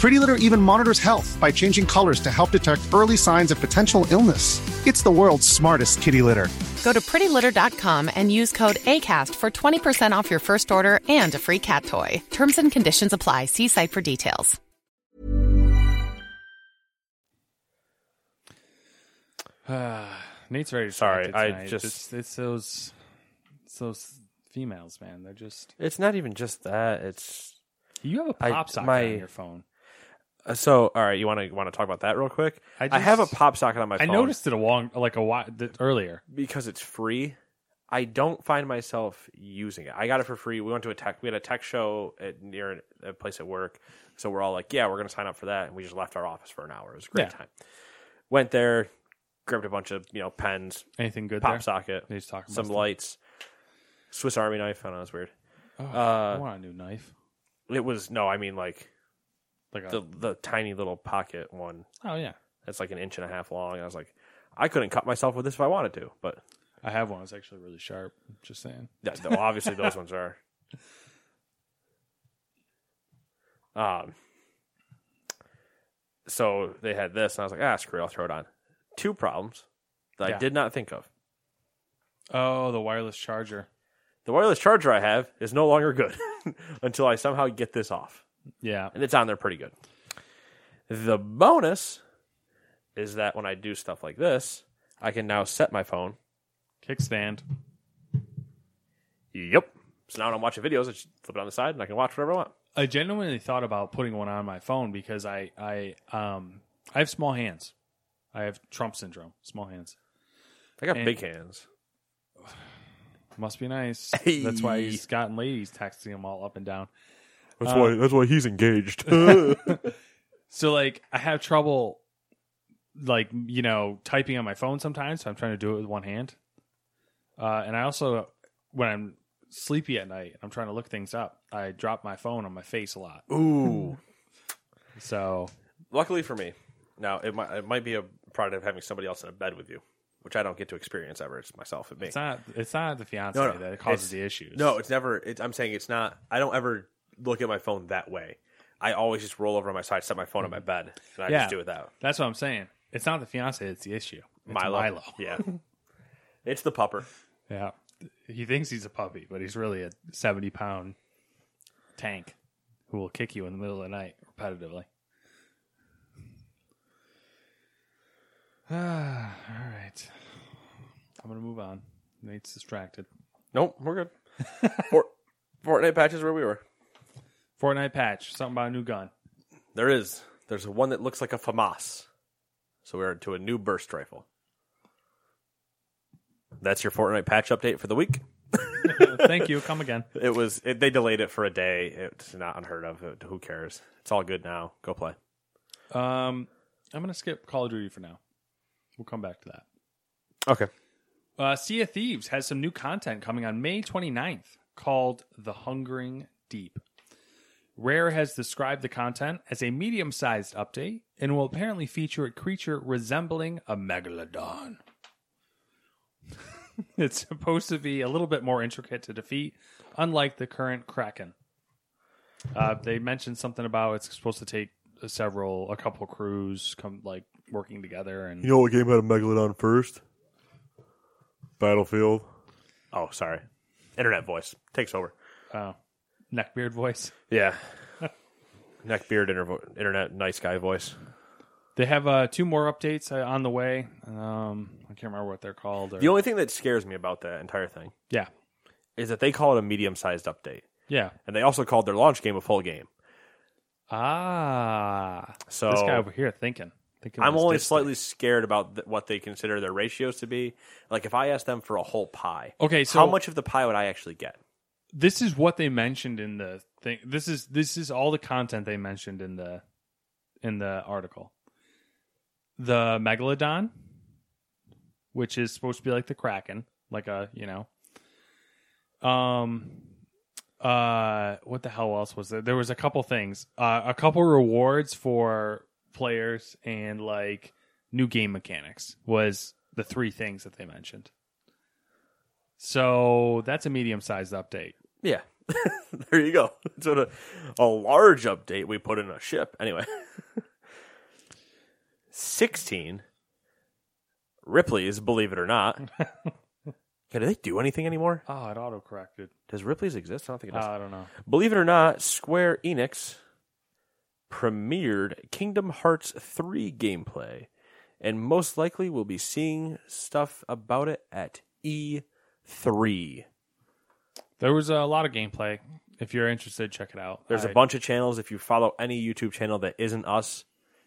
S5: Pretty Litter even monitors health by changing colors to help detect early signs of potential illness. It's the world's smartest kitty litter.
S6: Go to prettylitter.com and use code ACAST for 20% off your first order and a free cat toy. Terms and conditions apply. See site for details.
S3: Nate's ready. To
S2: Sorry,
S3: talk to
S2: I
S3: tonight.
S2: just-
S3: it's, it's those it's those females, man. They're just
S2: It's not even just that. It's
S3: you have a
S2: I-
S3: pop socket
S2: my-
S3: on your phone.
S2: uh, so. All right, you want to want to talk about that real quick?
S3: I
S2: I,
S3: just-
S2: have a pop socket on my.
S3: I
S2: phone.
S3: noticed it a long like a while th- earlier.
S2: because it's free, I don't find myself using it. I got it for free. We went to a tech. We had a tech show at near a place at work, so we're all like, "Yeah, we're going to sign up for that." And we just left our office for an hour. It was a great
S3: Yeah.
S2: time. Went there, grabbed a bunch of you know pens,
S3: Anything good
S2: pop
S3: there?
S2: socket,
S3: They just talk about
S2: some
S3: stuff.
S2: lights, Swiss Army knife. I don't know. It's weird.
S3: Oh, I
S2: uh,
S3: want a new knife.
S2: It was no. I mean, like
S3: Like a,
S2: the the tiny little pocket one
S3: oh yeah,
S2: that's like an inch and a half long. I was like, I couldn't cut myself with this if I wanted to, but
S3: I have one. It's actually really sharp. Just saying.
S2: Yeah, th- obviously those ones are. Um. So they had this, and I was like, ah, screw it, I'll throw it on. Two problems that
S3: Yeah.
S2: I did not think of.
S3: Oh, the wireless charger.
S2: The wireless charger I have is no longer good until I somehow get this off,
S3: Yeah.
S2: and it's on there pretty good. The bonus is that when I do stuff like this, I can now set my phone.
S3: Kickstand.
S2: Yep. So now when I'm watching videos, I just flip it on the side, and I can watch whatever I want.
S3: I genuinely thought about putting one on my phone because I I um I have small hands. I have Trump syndrome, small hands.
S2: I got
S3: And-
S2: big hands.
S3: Must be nice. That's why he's gotten ladies texting him all up and down.
S2: That's
S3: Uh, why-
S2: That's why he's engaged.
S3: So like I have trouble like you know typing on my phone sometimes, so I'm trying to do it with one hand. Uh, and I also when I'm sleepy at night, I'm trying to look things up. I drop my phone on my face a lot.
S2: Ooh.
S3: So
S2: Luckily for me, now it might it might be a product of having somebody else in a bed with you, which I don't get to experience ever. It's myself and me.
S3: it's not it's not the fiance
S2: No, no.
S3: that causes
S2: It's-
S3: the issues.
S2: no, it's never. It's, I'm saying it's not. I don't ever look at my phone that way. I always just roll over on my side, set my phone on my bed, and I
S3: Mm-hmm. Yeah.
S2: just do it that. way.
S3: That's what I'm saying. It's not the fiance that's the issue. It's Milo.
S2: Yeah. It's the pupper.
S3: Yeah. He thinks he's a puppy, but he's really a 70 pound tank who will kick you in the middle of the night repetitively. Ah, all right. I'm going to move on. Nate's distracted.
S2: Nope, we're good. Fort, Fortnite patches where we were.
S3: Fortnite patch, something about a new gun.
S2: There is. There's one that looks like a FAMAS. So we're to a new burst rifle. That's your Fortnite patch update for the week.
S3: Thank you. Come again.
S2: It was it, they delayed it for a day. It's not unheard of. It- who cares? It's all good now. Go play.
S3: Um, I'm gonna skip Call of Duty for now. We'll come back to that.
S2: Okay.
S3: Uh, sea of Thieves has some new content coming on May 29th called The Hungering Deep. Rare has described the content as a medium sized update and will apparently feature a creature resembling a megalodon. it's supposed to be a little bit more intricate to defeat, unlike the current Kraken. Uh, they mentioned something about it's supposed to take several, a couple crews, come like working together, and
S2: know what game had a megalodon first? Battlefield. Oh, sorry. Internet voice takes over.
S3: oh, neckbeard voice.
S2: Yeah. Neckbeard intervo- internet nice guy voice.
S3: They have uh, two more updates uh, on the way. Um, I can't remember what they're called. Or,
S2: The only thing that scares me about that entire thing
S3: yeah,
S2: is that they call it a medium sized update,
S3: yeah.
S2: and they also called their launch game a full game.
S3: Ah,
S2: So
S3: this guy over here thinking. thinking
S2: I'm
S3: this
S2: only
S3: disc-
S2: slightly scared about th- what they consider their ratios to be. Like if I asked them for a whole pie,
S3: Okay, so-
S2: how much of the pie would I actually get?
S3: This is what they mentioned in the thing. This is this is all the content they mentioned in the in the article. The megalodon, which is supposed to be like the kraken, like a you know, um, uh, what the hell else was there? There was a couple things, uh, a couple rewards for players and like new game mechanics was the three things that they mentioned. So that's a medium sized update.
S2: Yeah, there you go. It's what a, a large update we put in a ship. Anyway, sixteen. Ripley's, believe it or not. yeah, do they do anything anymore?
S3: Oh, it auto corrected.
S2: Does Ripley's exist? I don't think it does.
S3: I don't know.
S2: Believe it or not, Square Enix premiered Kingdom Hearts 3 gameplay and most likely will be seeing stuff about it at E E3.
S3: There was a lot of gameplay. If you're interested, check it out.
S2: There's a
S3: I-
S2: bunch of channels. If you follow any YouTube channel that isn't us,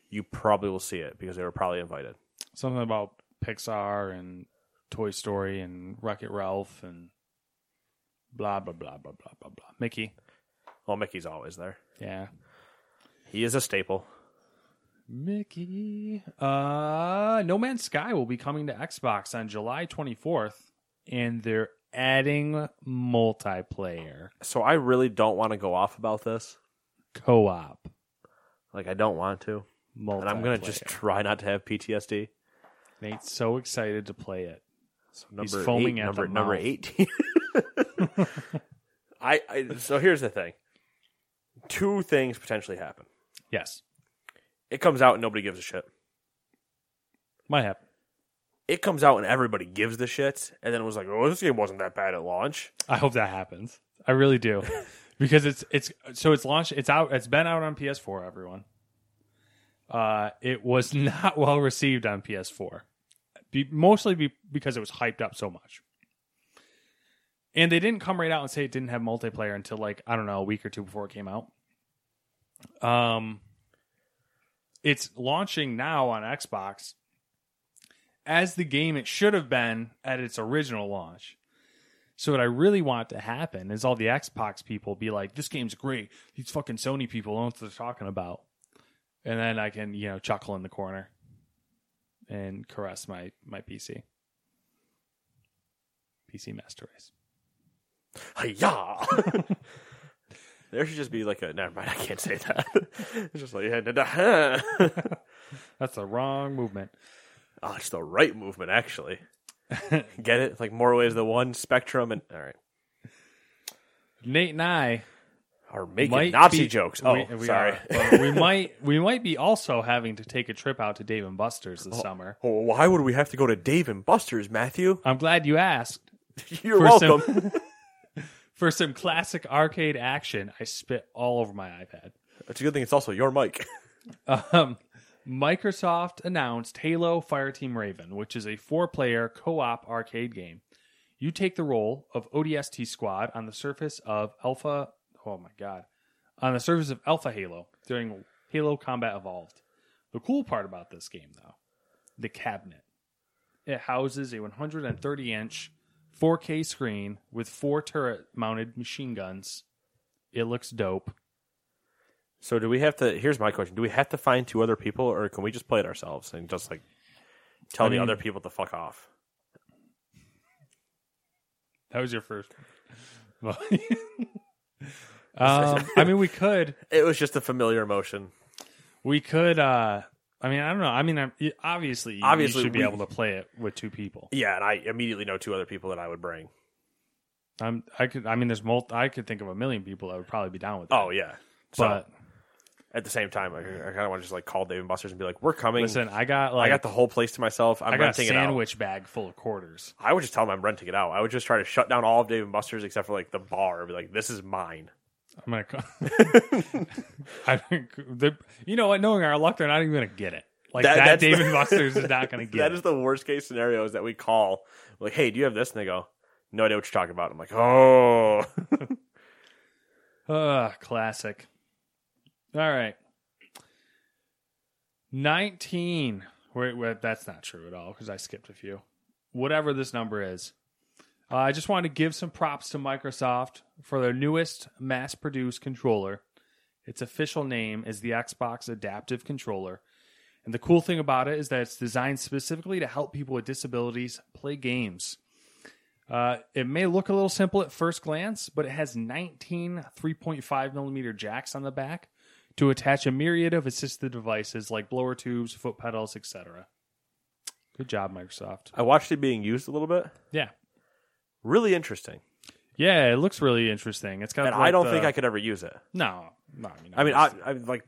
S2: you probably will see it because they were probably invited.
S3: something about Pixar and Toy Story and Rocket Ralph and blah blah blah blah blah blah blah. Mickey,
S2: Well, Mickey's always there.
S3: yeah,
S2: He is a staple.
S3: Mickey. Uh, No Man's Sky will be coming to Xbox on July 24th, and they're adding multiplayer
S2: So I really don't want to go off about this.
S3: co-op.
S2: Like, I don't want to.
S3: Multiplayer.
S2: And I'm going to just try not to have PTSD.
S3: Nate's so excited to play it.
S2: So
S3: He's
S2: number
S3: foaming
S2: eight,
S3: at the
S2: number, number
S3: mouth.
S2: 18. I, I so here's the thing. Two things potentially happen.
S3: Yes,
S2: It comes out and nobody gives a shit.
S3: might happen.
S2: It comes out and everybody gives the shit, and then it was like, "Oh, this game wasn't that bad at launch."
S3: I hope that happens. I really do. because it's it's so it's launched it's out it's been out on PS4 everyone. Uh it was not well received on PS4. Be, mostly be, because it was hyped up so much. And they didn't come right out and say it didn't have multiplayer until like I don't know, a week or two before it came out. Um it's launching now on Xbox as the game it should have been at its original launch. So what I really want to happen is all the Xbox people be like, "This game's great. These fucking Sony people know what they're talking about," and then I can you know chuckle in the corner and caress my my PC. PC Master Race.
S2: Yeah, there should just be like a. Never mind, I can't say that. it's just like,
S3: That's the wrong movement.
S2: oh, it's the right movement actually. Get it? Like more ways than one spectrum, and all right,
S3: Nate and I
S2: are making
S3: might
S2: Nazi
S3: be-
S2: jokes. Oh,
S3: we, we
S2: sorry.
S3: are. But we might we might be also having to take a trip out to Dave and Buster's
S2: Oh.
S3: this summer.
S2: Well, why would we have to go to Dave and Buster's, Matthew?
S3: I'm glad you asked.
S2: You're
S3: For some-
S2: welcome.
S3: For some classic arcade action, I spit all over my iPad.
S2: it's a good thing it's also your mic.
S3: Um, Microsoft announced Halo Fireteam Raven, which is a four player co op arcade game. You take the role of ODST squad on the surface of Alpha. Oh my God. On the surface of Alpha Halo during Halo Combat Evolved. The cool part about this game, though, the cabinet. it houses a 130 inch 4K screen with four turret mounted machine guns. It looks dope.
S2: So do we have to? Here's my question: Do we have to find two other people, or can we just play it ourselves and just like tell
S3: I
S2: the
S3: mean-
S2: other people to fuck off?
S3: That was your first. one. um, I mean, we could,
S2: It was just a familiar emotion.
S3: we could. uh I mean, I don't know. I mean, I'm, y- obviously, you-
S2: Obviously,
S3: you should be
S2: we-
S3: able to play it with two people.
S2: Yeah, and I immediately know two other people that I would bring.
S3: I'm, I could. I mean, there's multi. I could think of a million people that would probably be down with. That.
S2: Oh yeah. So
S3: but
S2: at the same time, I, I kind of want to just like call Dave and Buster's and be like, "We're coming."
S3: listen, I got
S2: I
S3: like
S2: got the whole place to myself. I'm
S3: I got a
S2: renting it out.
S3: sandwich bag full of quarters.
S2: I would just tell them I'm renting it out. I would just try to shut down all of Dave and Buster's except for like the bar. I'd be like, this is mine.
S3: I'm gonna. co- I think the, you know what? Knowing our luck, they're not even gonna get it. Like
S2: That-
S3: that,
S2: that's
S3: David
S2: the-
S3: Buster's is not gonna get
S2: That
S3: it.
S2: is the worst case scenario is that we call like, hey, do you have this? And they go, no idea what you're talking about. I'm like, oh,
S3: Ugh, classic. All right. 19. Wait, wait, that's not true at all because I skipped a few. Whatever this number is. Uh, I just wanted to give some props to Microsoft for their newest mass produced controller. Its official name is the Xbox Adaptive Controller. And the cool thing about it is that it's designed specifically to help people with disabilities play games. Uh, it may look a little simple at first glance, but it has 19 3.5 millimeter jacks on the back to attach a myriad of assistive devices like blower tubes, foot pedals, etc. Good job, Microsoft.
S2: I watched it being used a little bit.
S3: Yeah,
S2: Really interesting.
S3: yeah, it looks really interesting. It's got.
S2: And
S3: like
S2: I don't
S3: the-
S2: think I could ever use it.
S3: No, no. I mean,
S2: I mean, I, I like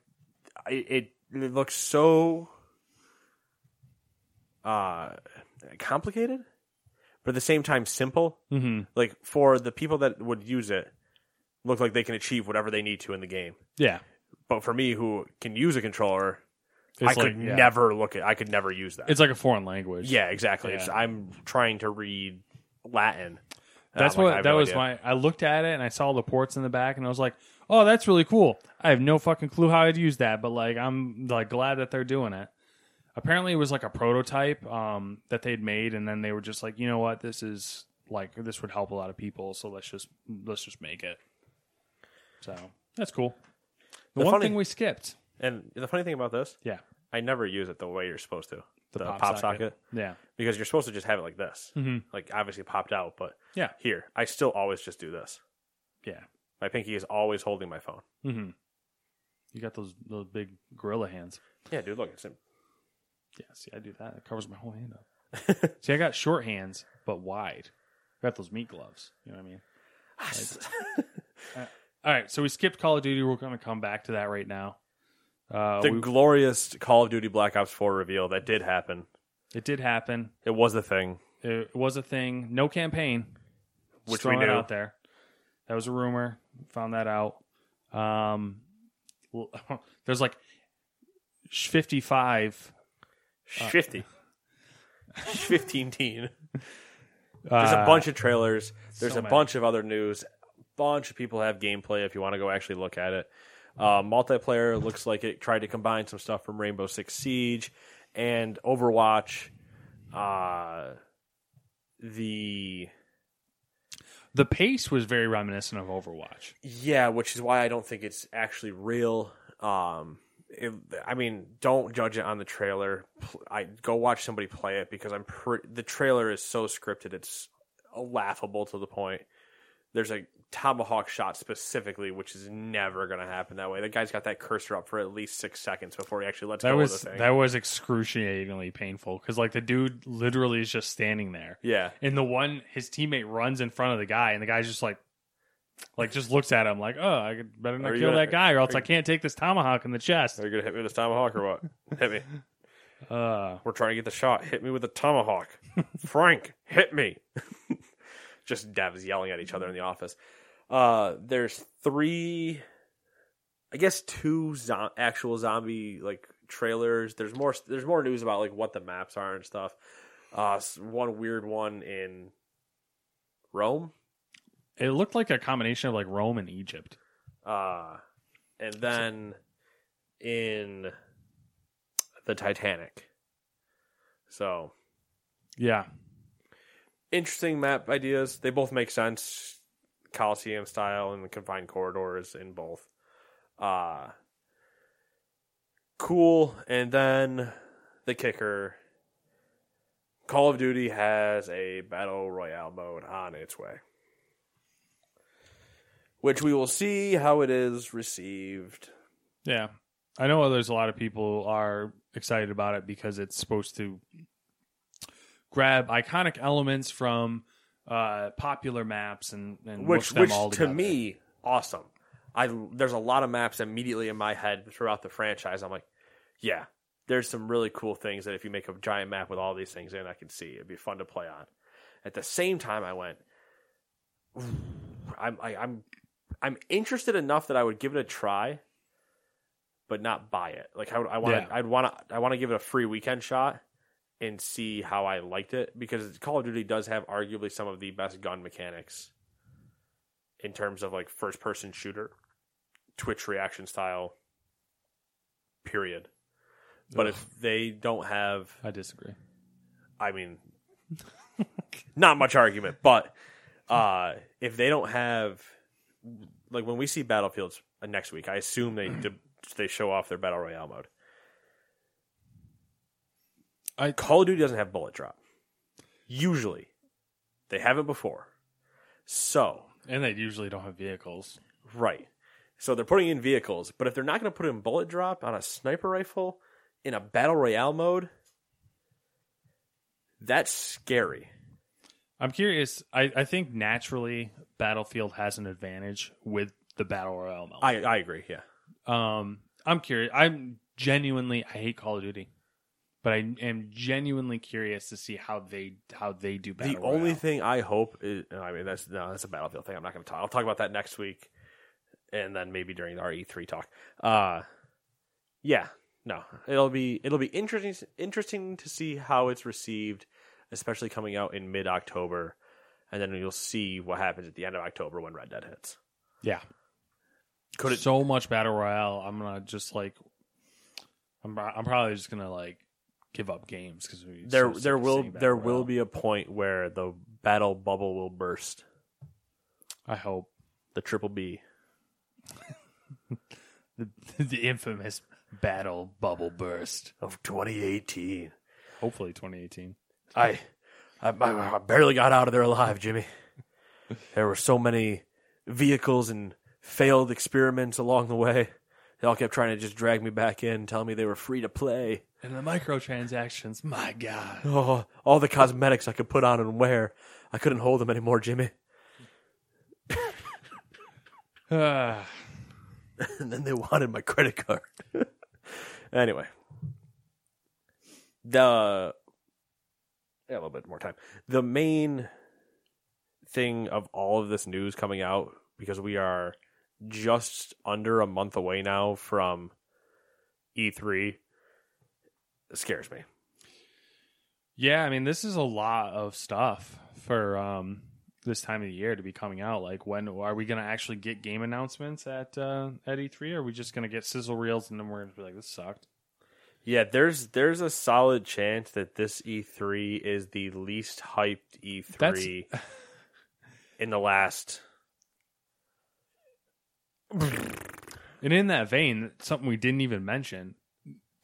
S2: I- it. It looks so uh complicated, but at the same time simple.
S3: hmm
S2: Like for the people that would use it, look like they can achieve whatever they need to in the game.
S3: yeah.
S2: But for me, who can use a controller, I
S3: It's
S2: could
S3: like- yeah.
S2: never look at. I could never use that.
S3: It's like a foreign language.
S2: yeah, exactly. It's,
S3: Yeah.
S2: I'm trying to read Latin. And
S3: That's
S2: I'm like, I
S3: what
S2: have
S3: that
S2: no
S3: was
S2: idea.
S3: my. I looked at it and I saw the ports in the back, and I was like, "Oh, that's really cool." I have no fucking clue how I'd use that, but like, I'm like glad that they're doing it. Apparently, it was like a prototype um, that they'd made, and then they were just like, "You know what? This is like this would help a lot of people, so let's just let's just make it." So that's cool. The,
S2: The
S3: one
S2: funny-
S3: thing we skipped,
S2: And the funny thing about this,
S3: yeah,
S2: I never use it the way you're supposed to. The, pop, socket.
S3: yeah,
S2: because you're supposed to just have it like this,
S3: Mm-hmm.
S2: like obviously popped out, but
S3: Yeah.
S2: here I still always just do this.
S3: yeah.
S2: My pinky is always holding my phone.
S3: hmm You got those those big gorilla hands.
S2: Yeah, dude, look, it's
S3: Yeah, see, I do that. It covers my whole hand up. see, I got short hands, but wide. I got those meat gloves. You know what I mean?
S2: Ah,
S3: Like- all right, so we skipped Call of Duty. We're going to come back to that right now. Uh,
S2: the
S3: we-
S2: glorious Call of Duty Black Ops Four reveal that did happen.
S3: it did happen.
S2: It was the thing.
S3: It was a thing. No campaign. Just
S2: Which we
S3: throwing it
S2: knew.
S3: out there. That was a rumor. Found that out. Um, well, there's like 55
S2: Shifty, fifteen teen.
S3: uh,
S2: There's a bunch of trailers. There's
S3: so
S2: a
S3: many.
S2: bunch of other news. Bunch of people have gameplay if you want to go actually look at it. Uh, multiplayer looks like it tried to combine some stuff from Rainbow Six Siege and Overwatch. Uh, the
S3: the pace was very reminiscent of Overwatch.
S2: yeah, which is why I don't think it's actually real. Um, it, I mean, don't judge it on the trailer. Pl- I go watch somebody play it because I'm pre- the trailer is so scripted. It's laughable to the point. There's a tomahawk shot specifically, which is never going to happen that way. The guy's got that cursor up for at least six seconds before he actually lets
S3: That
S2: go
S3: was
S2: of the thing.
S3: that was excruciatingly painful because like the dude literally is just standing there,
S2: yeah,
S3: and the one his teammate runs in front of the guy, and the guy's just like, like just looks at him like, oh, I could better not
S2: Are you
S3: kill
S2: gonna-
S3: that guy, or else
S2: are
S3: I
S2: you-
S3: can't take this tomahawk in the chest.
S2: are you going to hit me with this tomahawk or what? hit me.
S3: Uh,
S2: We're trying to get the shot. Hit me with a tomahawk. Frank, hit me. Just devs yelling at each other in the office. Uh, there's three, I guess, two zo- actual zombie like trailers. There's more. There's more news about like what the maps are and stuff. Uh, s- one weird one in Rome.
S3: it looked like a combination of like Rome and Egypt.
S2: Uh, and then in the Titanic. So
S3: Yeah.
S2: Interesting map ideas. They both make sense. Coliseum style and the confined corridors in both. Uh cool. And then the kicker. Call of Duty has a battle royale mode on its way. Which we will see how it is received.
S3: Yeah. I know there's a lot of people are excited about it because it's supposed to grab iconic elements from uh, popular maps and, and mush
S2: which
S3: them
S2: which
S3: all
S2: to
S3: together.
S2: me awesome. I there's a lot of maps immediately in my head throughout the franchise. I'm like, yeah, there's some really cool things that if you make a giant map with all these things in, I can see it'd be fun to play on. At the same time, I went, "Ooh, I'm I, I'm I'm interested enough that I would give it a try, but not buy it. Like I would, I want
S3: Yeah.
S2: to I'd want to I want to give it a free weekend shot and see how I liked it because Call of Duty does have arguably some of the best gun mechanics in terms of like first person shooter, Twitch reaction style, period. But if they don't have,
S3: I disagree.
S2: I mean, not much argument, but uh, if they don't have, like when we see Battlefields uh, next week, I assume they de- they show off their Battle Royale mode.
S3: I-
S2: Call of Duty doesn't have bullet drop. Usually, they haven't before. So
S3: And they usually don't have vehicles.
S2: Right. So they're putting in vehicles, but if they're not going to put in bullet drop on a sniper rifle in a battle royale mode, that's scary.
S3: I'm curious. I, I think naturally Battlefield has an advantage with the battle royale mode.
S2: I I agree. Yeah.
S3: Um, I'm curious. I'm genuinely. I hate Call of Duty, but I am genuinely curious to see how they how they do. Battle
S2: the only
S3: Royale.
S2: thing I hope is, I mean, that's no, that's a battlefield thing. I'm not going to talk. I'll talk about that next week, and then maybe during the RE3 talk. Uh yeah, no, it'll be it'll be interesting interesting to see how it's received, especially coming out in mid October, and then you'll see what happens at the end of October when Red Dead hits.
S3: yeah,
S2: Could it
S3: so much battle royale. I'm gonna just like, I'm I'm probably just gonna like give up games because
S2: there there will there will be a point where the battle bubble will burst.
S3: I hope
S2: The triple B.
S3: the the infamous battle bubble burst.
S2: Of 2018.
S3: Hopefully 2018.
S2: I, I, I I barely got out of there alive, Jimmy. There were so many vehicles and failed experiments along the way. They all kept trying to just drag me back in, telling me they were free to play.
S3: And the microtransactions, my god.
S2: Oh, all the cosmetics I could put on and wear. I couldn't hold them anymore, Jimmy.
S3: Ah.
S2: and then they wanted my credit card. anyway, the yeah, a little bit more time. The main thing of all of this news coming out because we are just under a month away now from E3 scares me.
S3: Yeah, I mean, this is a lot of stuff for um, this time of the year to be coming out. Like, when are we going to actually get game announcements at uh, at E3? Or are we just going to get sizzle reels and then we're going to be like, this sucked?
S2: Yeah, there's there's a solid chance that this E3 is the least hyped E3 in the last
S3: And in that vein, something we didn't even mention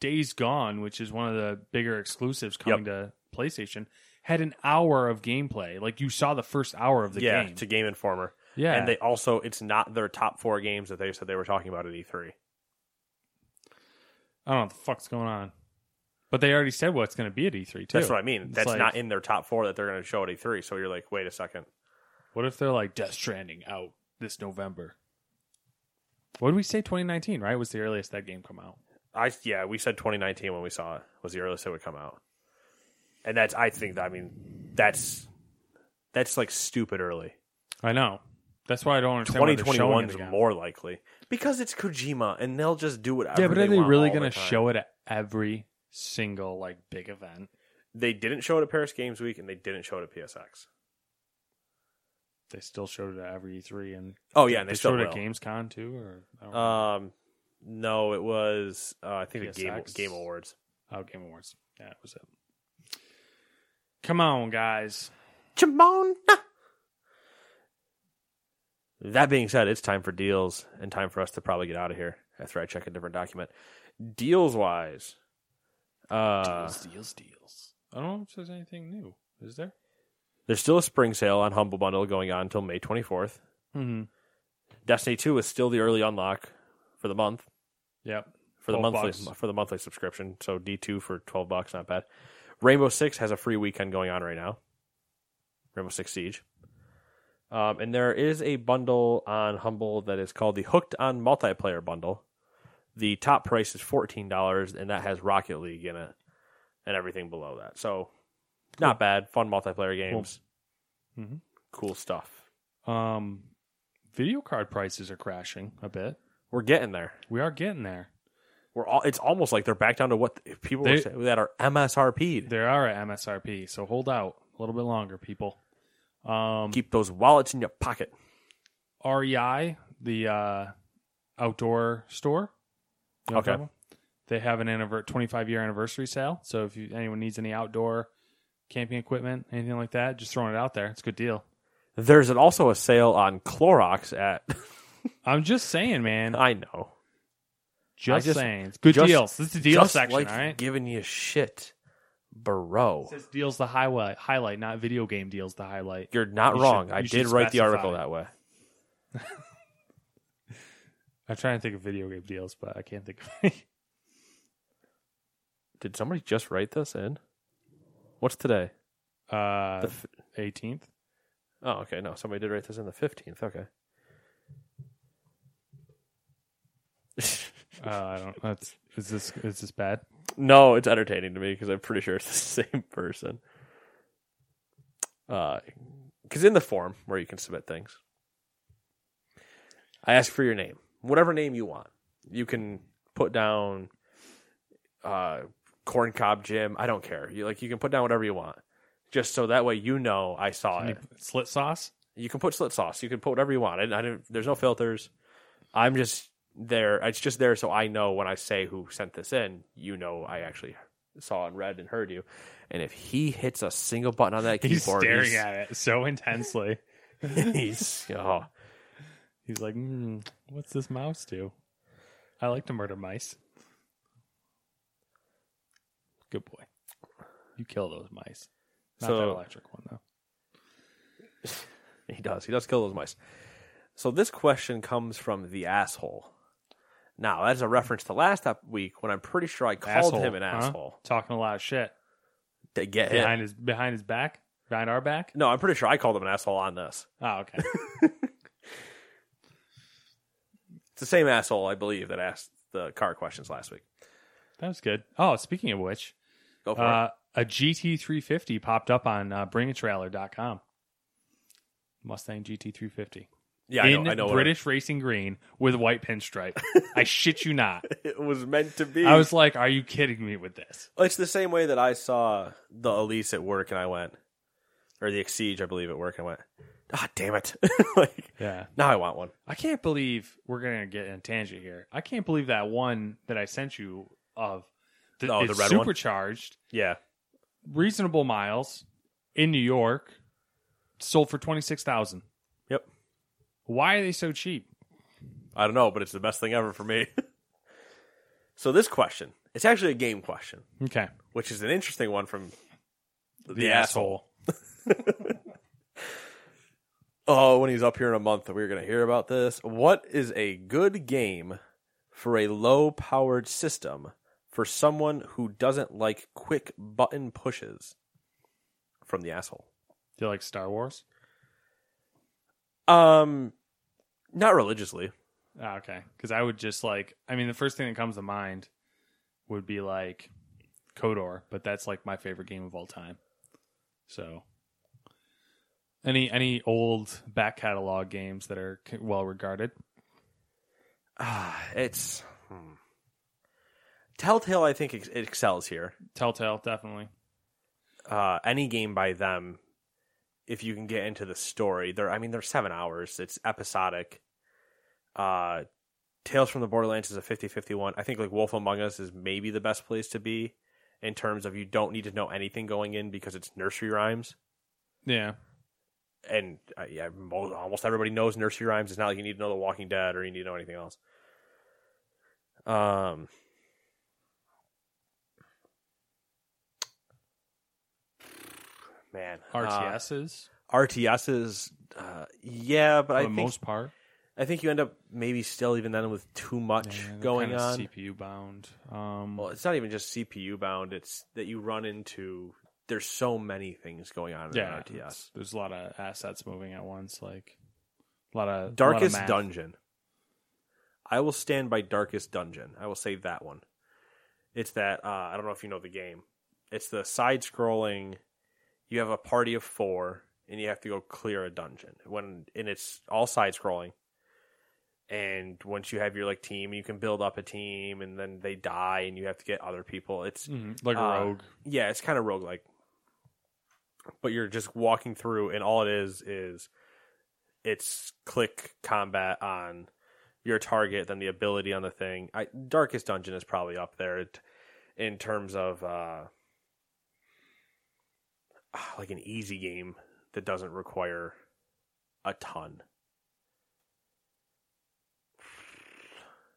S3: Days Gone, which is one of the bigger exclusives coming to PlayStation, had an hour of gameplay. Like, you saw the first hour of the
S2: yeah
S3: game.
S2: to Game Informer.
S3: yeah.
S2: And they also, it's not their top four games that they said they were talking about at E E3.
S3: I don't know what the fuck's going on. But they already said what's going to be at E3, too.
S2: That's what I mean.
S3: It's
S2: That's
S3: like-
S2: not in their top four that they're going to show at E3. So you're like, wait a second.
S3: What if they're like Death Stranding out this November? What did we say? 2019, right? Was the earliest that game come out?
S2: I yeah, we said 2019 when we saw it was the earliest it would come out, and that's I think that I mean that's that's like stupid early.
S3: I know. That's why I don't understand. why they're showing
S2: 2021
S3: it
S2: is
S3: again.
S2: more likely because it's Kojima and they'll just do whatever.
S3: Yeah, but are they
S2: want
S3: really
S2: all the
S3: going to
S2: time.
S3: show it at every single like big event?
S2: They didn't show it at Paris Games Week and they didn't show it at PSX.
S3: They still showed it at every E3 and
S2: Oh yeah, and they,
S3: they
S2: still
S3: showed it
S2: will.
S3: at GamesCon too, or I don't know.
S2: Um, no, it was uh, I think the Game
S3: PSX.
S2: Game Awards.
S3: oh, Game Awards. Yeah, that was it. Come on, guys.
S2: Jamona. That being said, it's time for deals and time for us to probably get out of here after I check a different document. Deals wise, uh,
S3: deals, deals, deals. I don't know if there's anything new. Is there?
S2: there's still a spring sale on Humble Bundle going on until May 24th.
S3: Mm-hmm.
S2: Destiny 2 is still the early unlock for the month
S3: Yep.
S2: for the
S3: 12
S2: monthly
S3: bucks.
S2: for the monthly subscription. So D2 for 12 bucks, not bad. Rainbow Six has a free weekend going on right now. Rainbow Six Siege. Um, and there is a bundle on Humble that is called the Hooked on Multiplayer Bundle. The top price is fourteen dollars, and that has Rocket League in it, and everything below that. So, not bad. Fun multiplayer games. Cool,
S3: Mhm.
S2: stuff.
S3: Um, video card prices are crashing a bit.
S2: We're getting there.
S3: We are getting there.
S2: We're all. It's almost like they're back down to what the- people were
S3: They-
S2: saying that are MSRP'd.
S3: There are at MSRP, so hold out a little bit longer, people. Um,
S2: Keep those wallets in your pocket.
S3: REI, E the uh, outdoor store. you know what I'm
S2: Okay.
S3: talking about? They have an anniver- 25 year anniversary sale. So if you, anyone needs any outdoor camping equipment, anything like that, just throwing it out there. It's a good deal.
S2: There's an- also a sale on Clorox at.
S3: I'm just saying, man.
S2: I know.
S3: Just,
S2: I just-
S3: saying. It's good
S2: Just-
S3: deals. This is the deal
S2: just
S3: section,
S2: like
S3: all right?
S2: Giving you shit, bro.
S3: It says deals the highlight, highlight, not video game deals the highlight.
S2: You're not
S3: You should-
S2: wrong. I
S3: you
S2: did
S3: should
S2: write the article
S3: specify.
S2: that way.
S3: I'm trying to think of video game deals, but I can't think of any.
S2: Did somebody just write this in? What's today?
S3: Uh,
S2: The f-
S3: 18th.
S2: oh, okay. No, somebody did write this in the fifteenth. Okay.
S3: Uh, I don't. That's is this is this bad?
S2: no, it's entertaining to me because I'm pretty sure it's the same person. Because in the form where you can submit things, I ask for your name, whatever name you want. You can put down uh, corn cob Jim. I don't care. You like you can put down whatever you want, just so that way you know I saw it.
S3: Slit sauce.
S2: You can put slit sauce. You can put whatever you want. I, I didn't, there's no filters. I'm just there. It's just there so I know when I say who sent this in, you know I actually saw and read and heard you. And if he hits a single button on that
S3: He's
S2: keyboard,
S3: staring
S2: he's,
S3: at it so intensely.
S2: he's oh,
S3: He's like, mm, "What's this mouse do?" I like to murder mice. Good boy. You kill those mice. Not that
S2: So-
S3: electric one though.
S2: he does. He does kill those mice. So this question comes from the asshole. Now that's a reference to last up- week when I'm pretty sure I called him an
S3: huh?
S2: asshole
S3: Talking a lot of shit
S2: to get him.
S3: behind his behind his back, behind our back.
S2: no, I'm pretty sure I called him an asshole on this.
S3: Oh, okay.
S2: It's the same asshole I believe that asked the car questions last week.
S3: that was good. Oh, speaking of which,
S2: Go for it.
S3: uh, a GT350 popped up on uh, bringatrailer.com. Mustang GT350.
S2: Yeah, I
S3: in
S2: know. I know what
S3: British Racing Green with white pinstripe. I shit you not.
S2: it, it was meant to be.
S3: I was like, are you kidding me with this?
S2: It's the same way that I saw the Elise at work, and I went, or the Exige, I believe, at work, and I went, ah, damn it! like
S3: Yeah.
S2: now I want one.
S3: I can't believe we're going to get in a tangent here. I can't believe that one that I sent you of the,
S2: Oh, the
S3: it's
S2: red one?
S3: supercharged,
S2: Yeah,
S3: reasonable miles in New York, sold for 26000
S2: Yep.
S3: Why are they so cheap?
S2: I don't know, but it's the best thing ever for me. so this question, it's actually a game question,
S3: Okay.
S2: which is an interesting one from the, Oh, when he's up here in a month, we're going to hear about this. What is a good game for a low powered system for someone who doesn't like quick button pushes from the asshole?
S3: Do you like Star Wars?
S2: Um, not religiously.
S3: Ah, okay. Because I would just like, I mean, the first thing that comes to mind would be like Kodor, but that's like my favorite game of all time. So, any any old back catalog games that are c- well regarded?
S2: Ah, it's. Hmm. Telltale, I think, ex- excels here.
S3: Telltale, definitely.
S2: Uh, any game by them, if you can get into the story, they're, I mean, they're seven hours, it's episodic. Uh, Tales from the Borderlands is a 50 51. I think, like, Wolf Among Us is maybe the best place to be in terms of you don't need to know anything going in because it's nursery rhymes.
S3: Yeah.
S2: And uh, yeah, mo- almost everybody knows nursery rhymes. It's not like you need to know The Walking Dead or you need to know anything else. Um, man, uh,
S3: RTSs
S2: RTSs, uh, yeah, but
S3: for
S2: I
S3: the
S2: think
S3: most part.
S2: I think you end up maybe still even then with too much
S3: Yeah, they're
S2: going
S3: kinda
S2: on.
S3: CPU bound. Um,
S2: Well, it's not even just CPU bound. It's that you run into. There's so many things going on in
S3: yeah,
S2: an RTS.
S3: it's- there's a lot of assets moving at once, like a lot of
S2: Darkest
S3: lot of math.
S2: Dungeon. I will stand by Darkest Dungeon. I will say that one. It's that uh, I don't know if you know the game. It's the side-scrolling. You have a party of four, and you have to go clear a dungeon. When and it's all side-scrolling. And once you have your like team, you can build up a team, and then they die, and you have to get other people. It's
S3: Mhm, like a
S2: Uh,
S3: rogue.
S2: yeah, it's kind of roguelike. But you're just walking through, and all it is is it's click combat on your target, then the ability on the thing. I, Darkest Dungeon is probably up there t- in terms of uh, like an easy game that doesn't require a ton.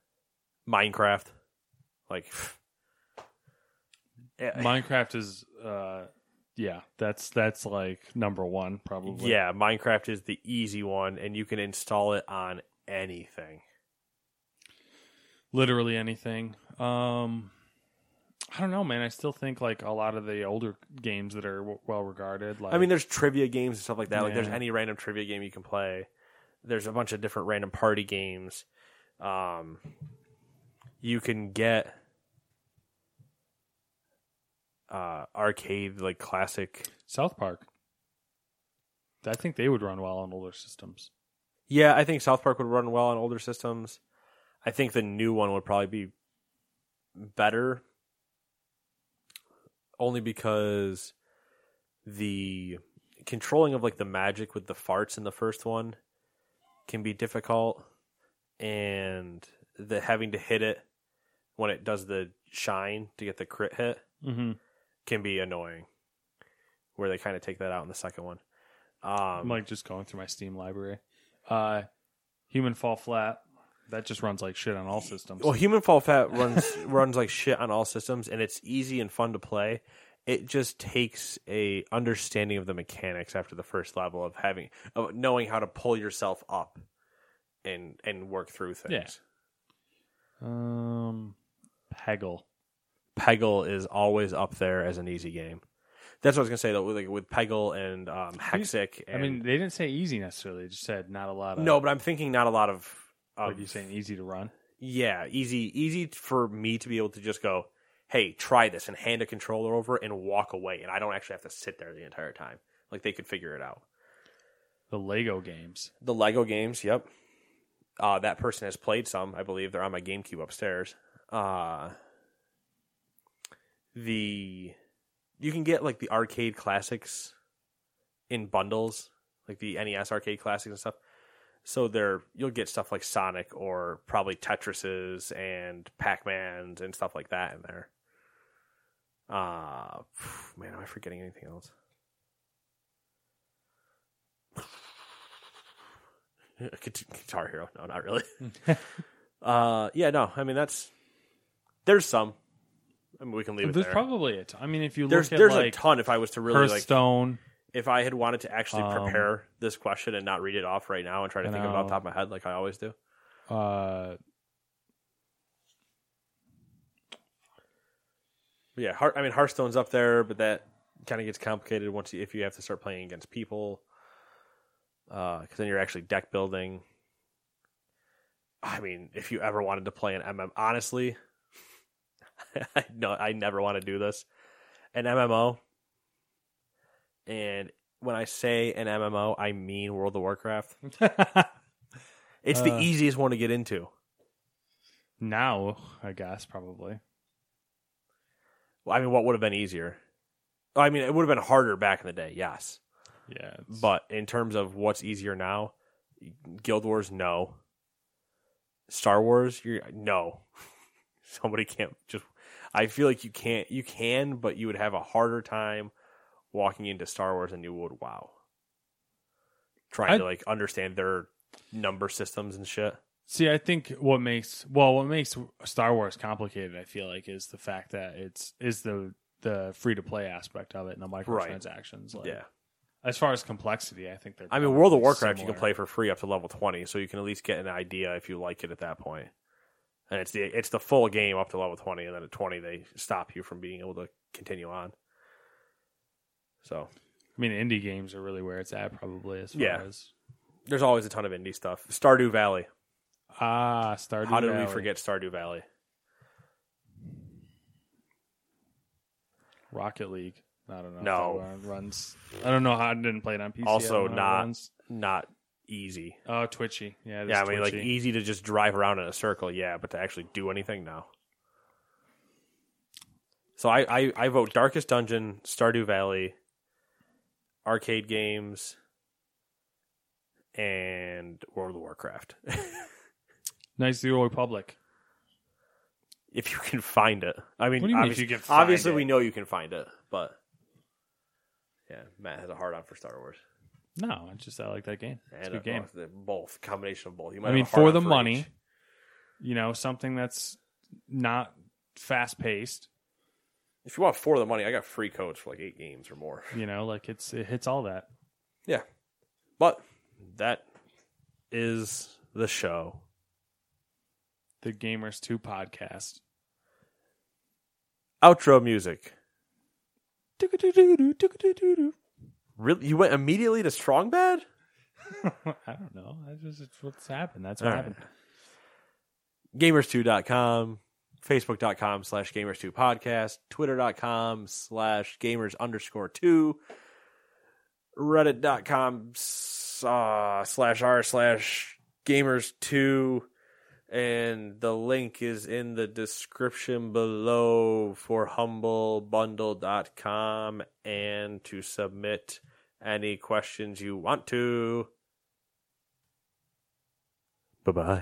S2: Minecraft, like. Yeah.
S3: Minecraft is, uh, yeah, that's that's like number one probably.
S2: Yeah, Minecraft is the easy one, and you can install it on anything.
S3: literally anything. Um, I don't know, man. I still think like a lot of the older games that are w- well regarded. Like
S2: I mean, there's trivia games and stuff like that. Like, there's
S3: Yeah.
S2: any random trivia game you can play. There's a bunch of different random party games. Um, you can get uh, arcade like classic.
S3: South Park. I think they would run well on older systems.
S2: Yeah, I think South Park would run well on older systems. I think the new one would probably be better only because the controlling of like the magic with the farts in the first one can be difficult and the having to hit it when it does the shine to get the crit hit
S3: Mm-hmm.
S2: can be annoying where they kind of take that out in the second one um
S3: I'm like just going through my Steam library. Uh, Human Fall Flat. That just runs like shit on all systems.
S2: Well, Human Fall Flat runs runs like shit on all systems, and it's easy and fun to play. It just takes a understanding of the mechanics after the first level of having of knowing how to pull yourself up and and work through things.
S3: Yeah. um, Peggle.
S2: Peggle is always up there as an easy game. That's what I was gonna say though, with, like with Peggle and um, Hexic.
S3: I
S2: And,
S3: mean, they didn't say easy necessarily. They just said not a lot of.
S2: no, but I'm thinking not a lot of.
S3: Are
S2: of
S3: you saying easy to run?
S2: Yeah, easy, easy for me to be able to just go, hey, try this, and hand a controller over and walk away, and I don't actually have to sit there the entire time. Like they could figure it out.
S3: The Lego games.
S2: The Lego games, yep. Uh, that person has played some, I believe. They're on my GameCube upstairs. Uh, the you can get like the arcade classics in bundles, like the NES arcade classics and stuff. So there, you'll get stuff like Sonic or probably Tetrises and Pac Mans and stuff like that in there. Uh, phew, man, am I forgetting anything else? Guit- Guitar Hero? No, not really. uh, yeah, no. I mean, that's there's some. I mean, we can leave it
S3: There's
S2: there.
S3: probably a ton. I mean, if you
S2: there's
S3: look at
S2: there's
S3: like
S2: a ton. If I was to really like
S3: Hearthstone,
S2: if I had wanted to actually
S3: Um,
S2: prepare this question and not read it off right now and try to
S3: I
S2: think of it off
S3: know.
S2: the top of my head like I always do.
S3: uh,
S2: But yeah, Heart, I mean Hearthstone's up there, but that kind of gets complicated once you, if you have to start playing against people, because then you're actually deck building. I mean, if you ever wanted to play an MM, honestly, I no, I never want to do this. An MMO, and when I say an MMO, I mean World of Warcraft. It's the
S3: Uh.
S2: easiest one to get into.
S3: now I guess probably.
S2: Well, I mean, what would have been easier? I mean, it would have been harder back in the day, yes.
S3: Yeah, it's-
S2: But in terms of what's easier now, Guild Wars, no. Star Wars, you're no. Somebody can't just. I feel like you can't. You can, but you would have a harder time walking into Star Wars than you would WoW. Trying
S3: I-
S2: to like understand their number systems and shit.
S3: See, I think what makes well, what makes Star Wars complicated, I feel like, is the fact that it's is the the free to play aspect of it and the microtransactions. Like,
S2: yeah.
S3: As far as complexity, I think they're.
S2: I mean, World of
S3: probably
S2: Warcraft you can
S3: similar.
S2: play for free up to level twenty, so you can at least get an idea if you like it at that point. And it's the it's the full game up to level twenty, and then at twenty they stop you from being able to continue on. So
S3: I mean, indie games are really where it's at, probably. As far
S2: Yeah.
S3: as
S2: there's always a ton of indie stuff. Stardew Valley.
S3: ah, Stardew.
S2: How did we
S3: Valley.
S2: forget Stardew Valley?
S3: Rocket League? I don't know. if
S2: No.
S3: that run- runs. I don't know how I didn't play it on PC. I
S2: Also
S3: don't know how it
S2: not-
S3: runs.
S2: Not easy.
S3: Oh, Twitchy. Yeah. it is
S2: Yeah, I mean, like E
S3: twitchy.
S2: easy to just drive around in a circle, yeah, but to actually do anything, no. So I, I, I vote Darkest Dungeon, Stardew Valley, arcade games, and World of Warcraft.
S3: Knights of the Old Republic.
S2: if you can find it, I mean,
S3: What do you mean if
S2: obvious-
S3: you can find
S2: obviously
S3: it?
S2: we know you can find it, but yeah, Matt has a hard on for Star Wars.
S3: No, I just I like that game. It's a
S2: And, uh,
S3: good game.
S2: well, both combination of both. You might
S3: I
S2: have a
S3: mean,
S2: hard-on
S3: for the money,
S2: each.
S3: you know, something that's not fast paced,
S2: If you want for the money, I got free codes for like eight games or more.
S3: you know, like it's it hits all that.
S2: Yeah. But that is the show.
S3: The Gamers 2 podcast.
S2: Outro music. Really? You went immediately to Strong Bad?
S3: I don't know. That's just it's what's happened. That's what
S2: All
S3: happened.
S2: Gamers2.com, Facebook.com slash Gamers2 podcast, Twitter.com slash Gamers underscore 2, Reddit.com s- uh, slash R slash Gamers2, and the link is in the description below for humblebundle.com and to submit any questions you want to. Bye bye.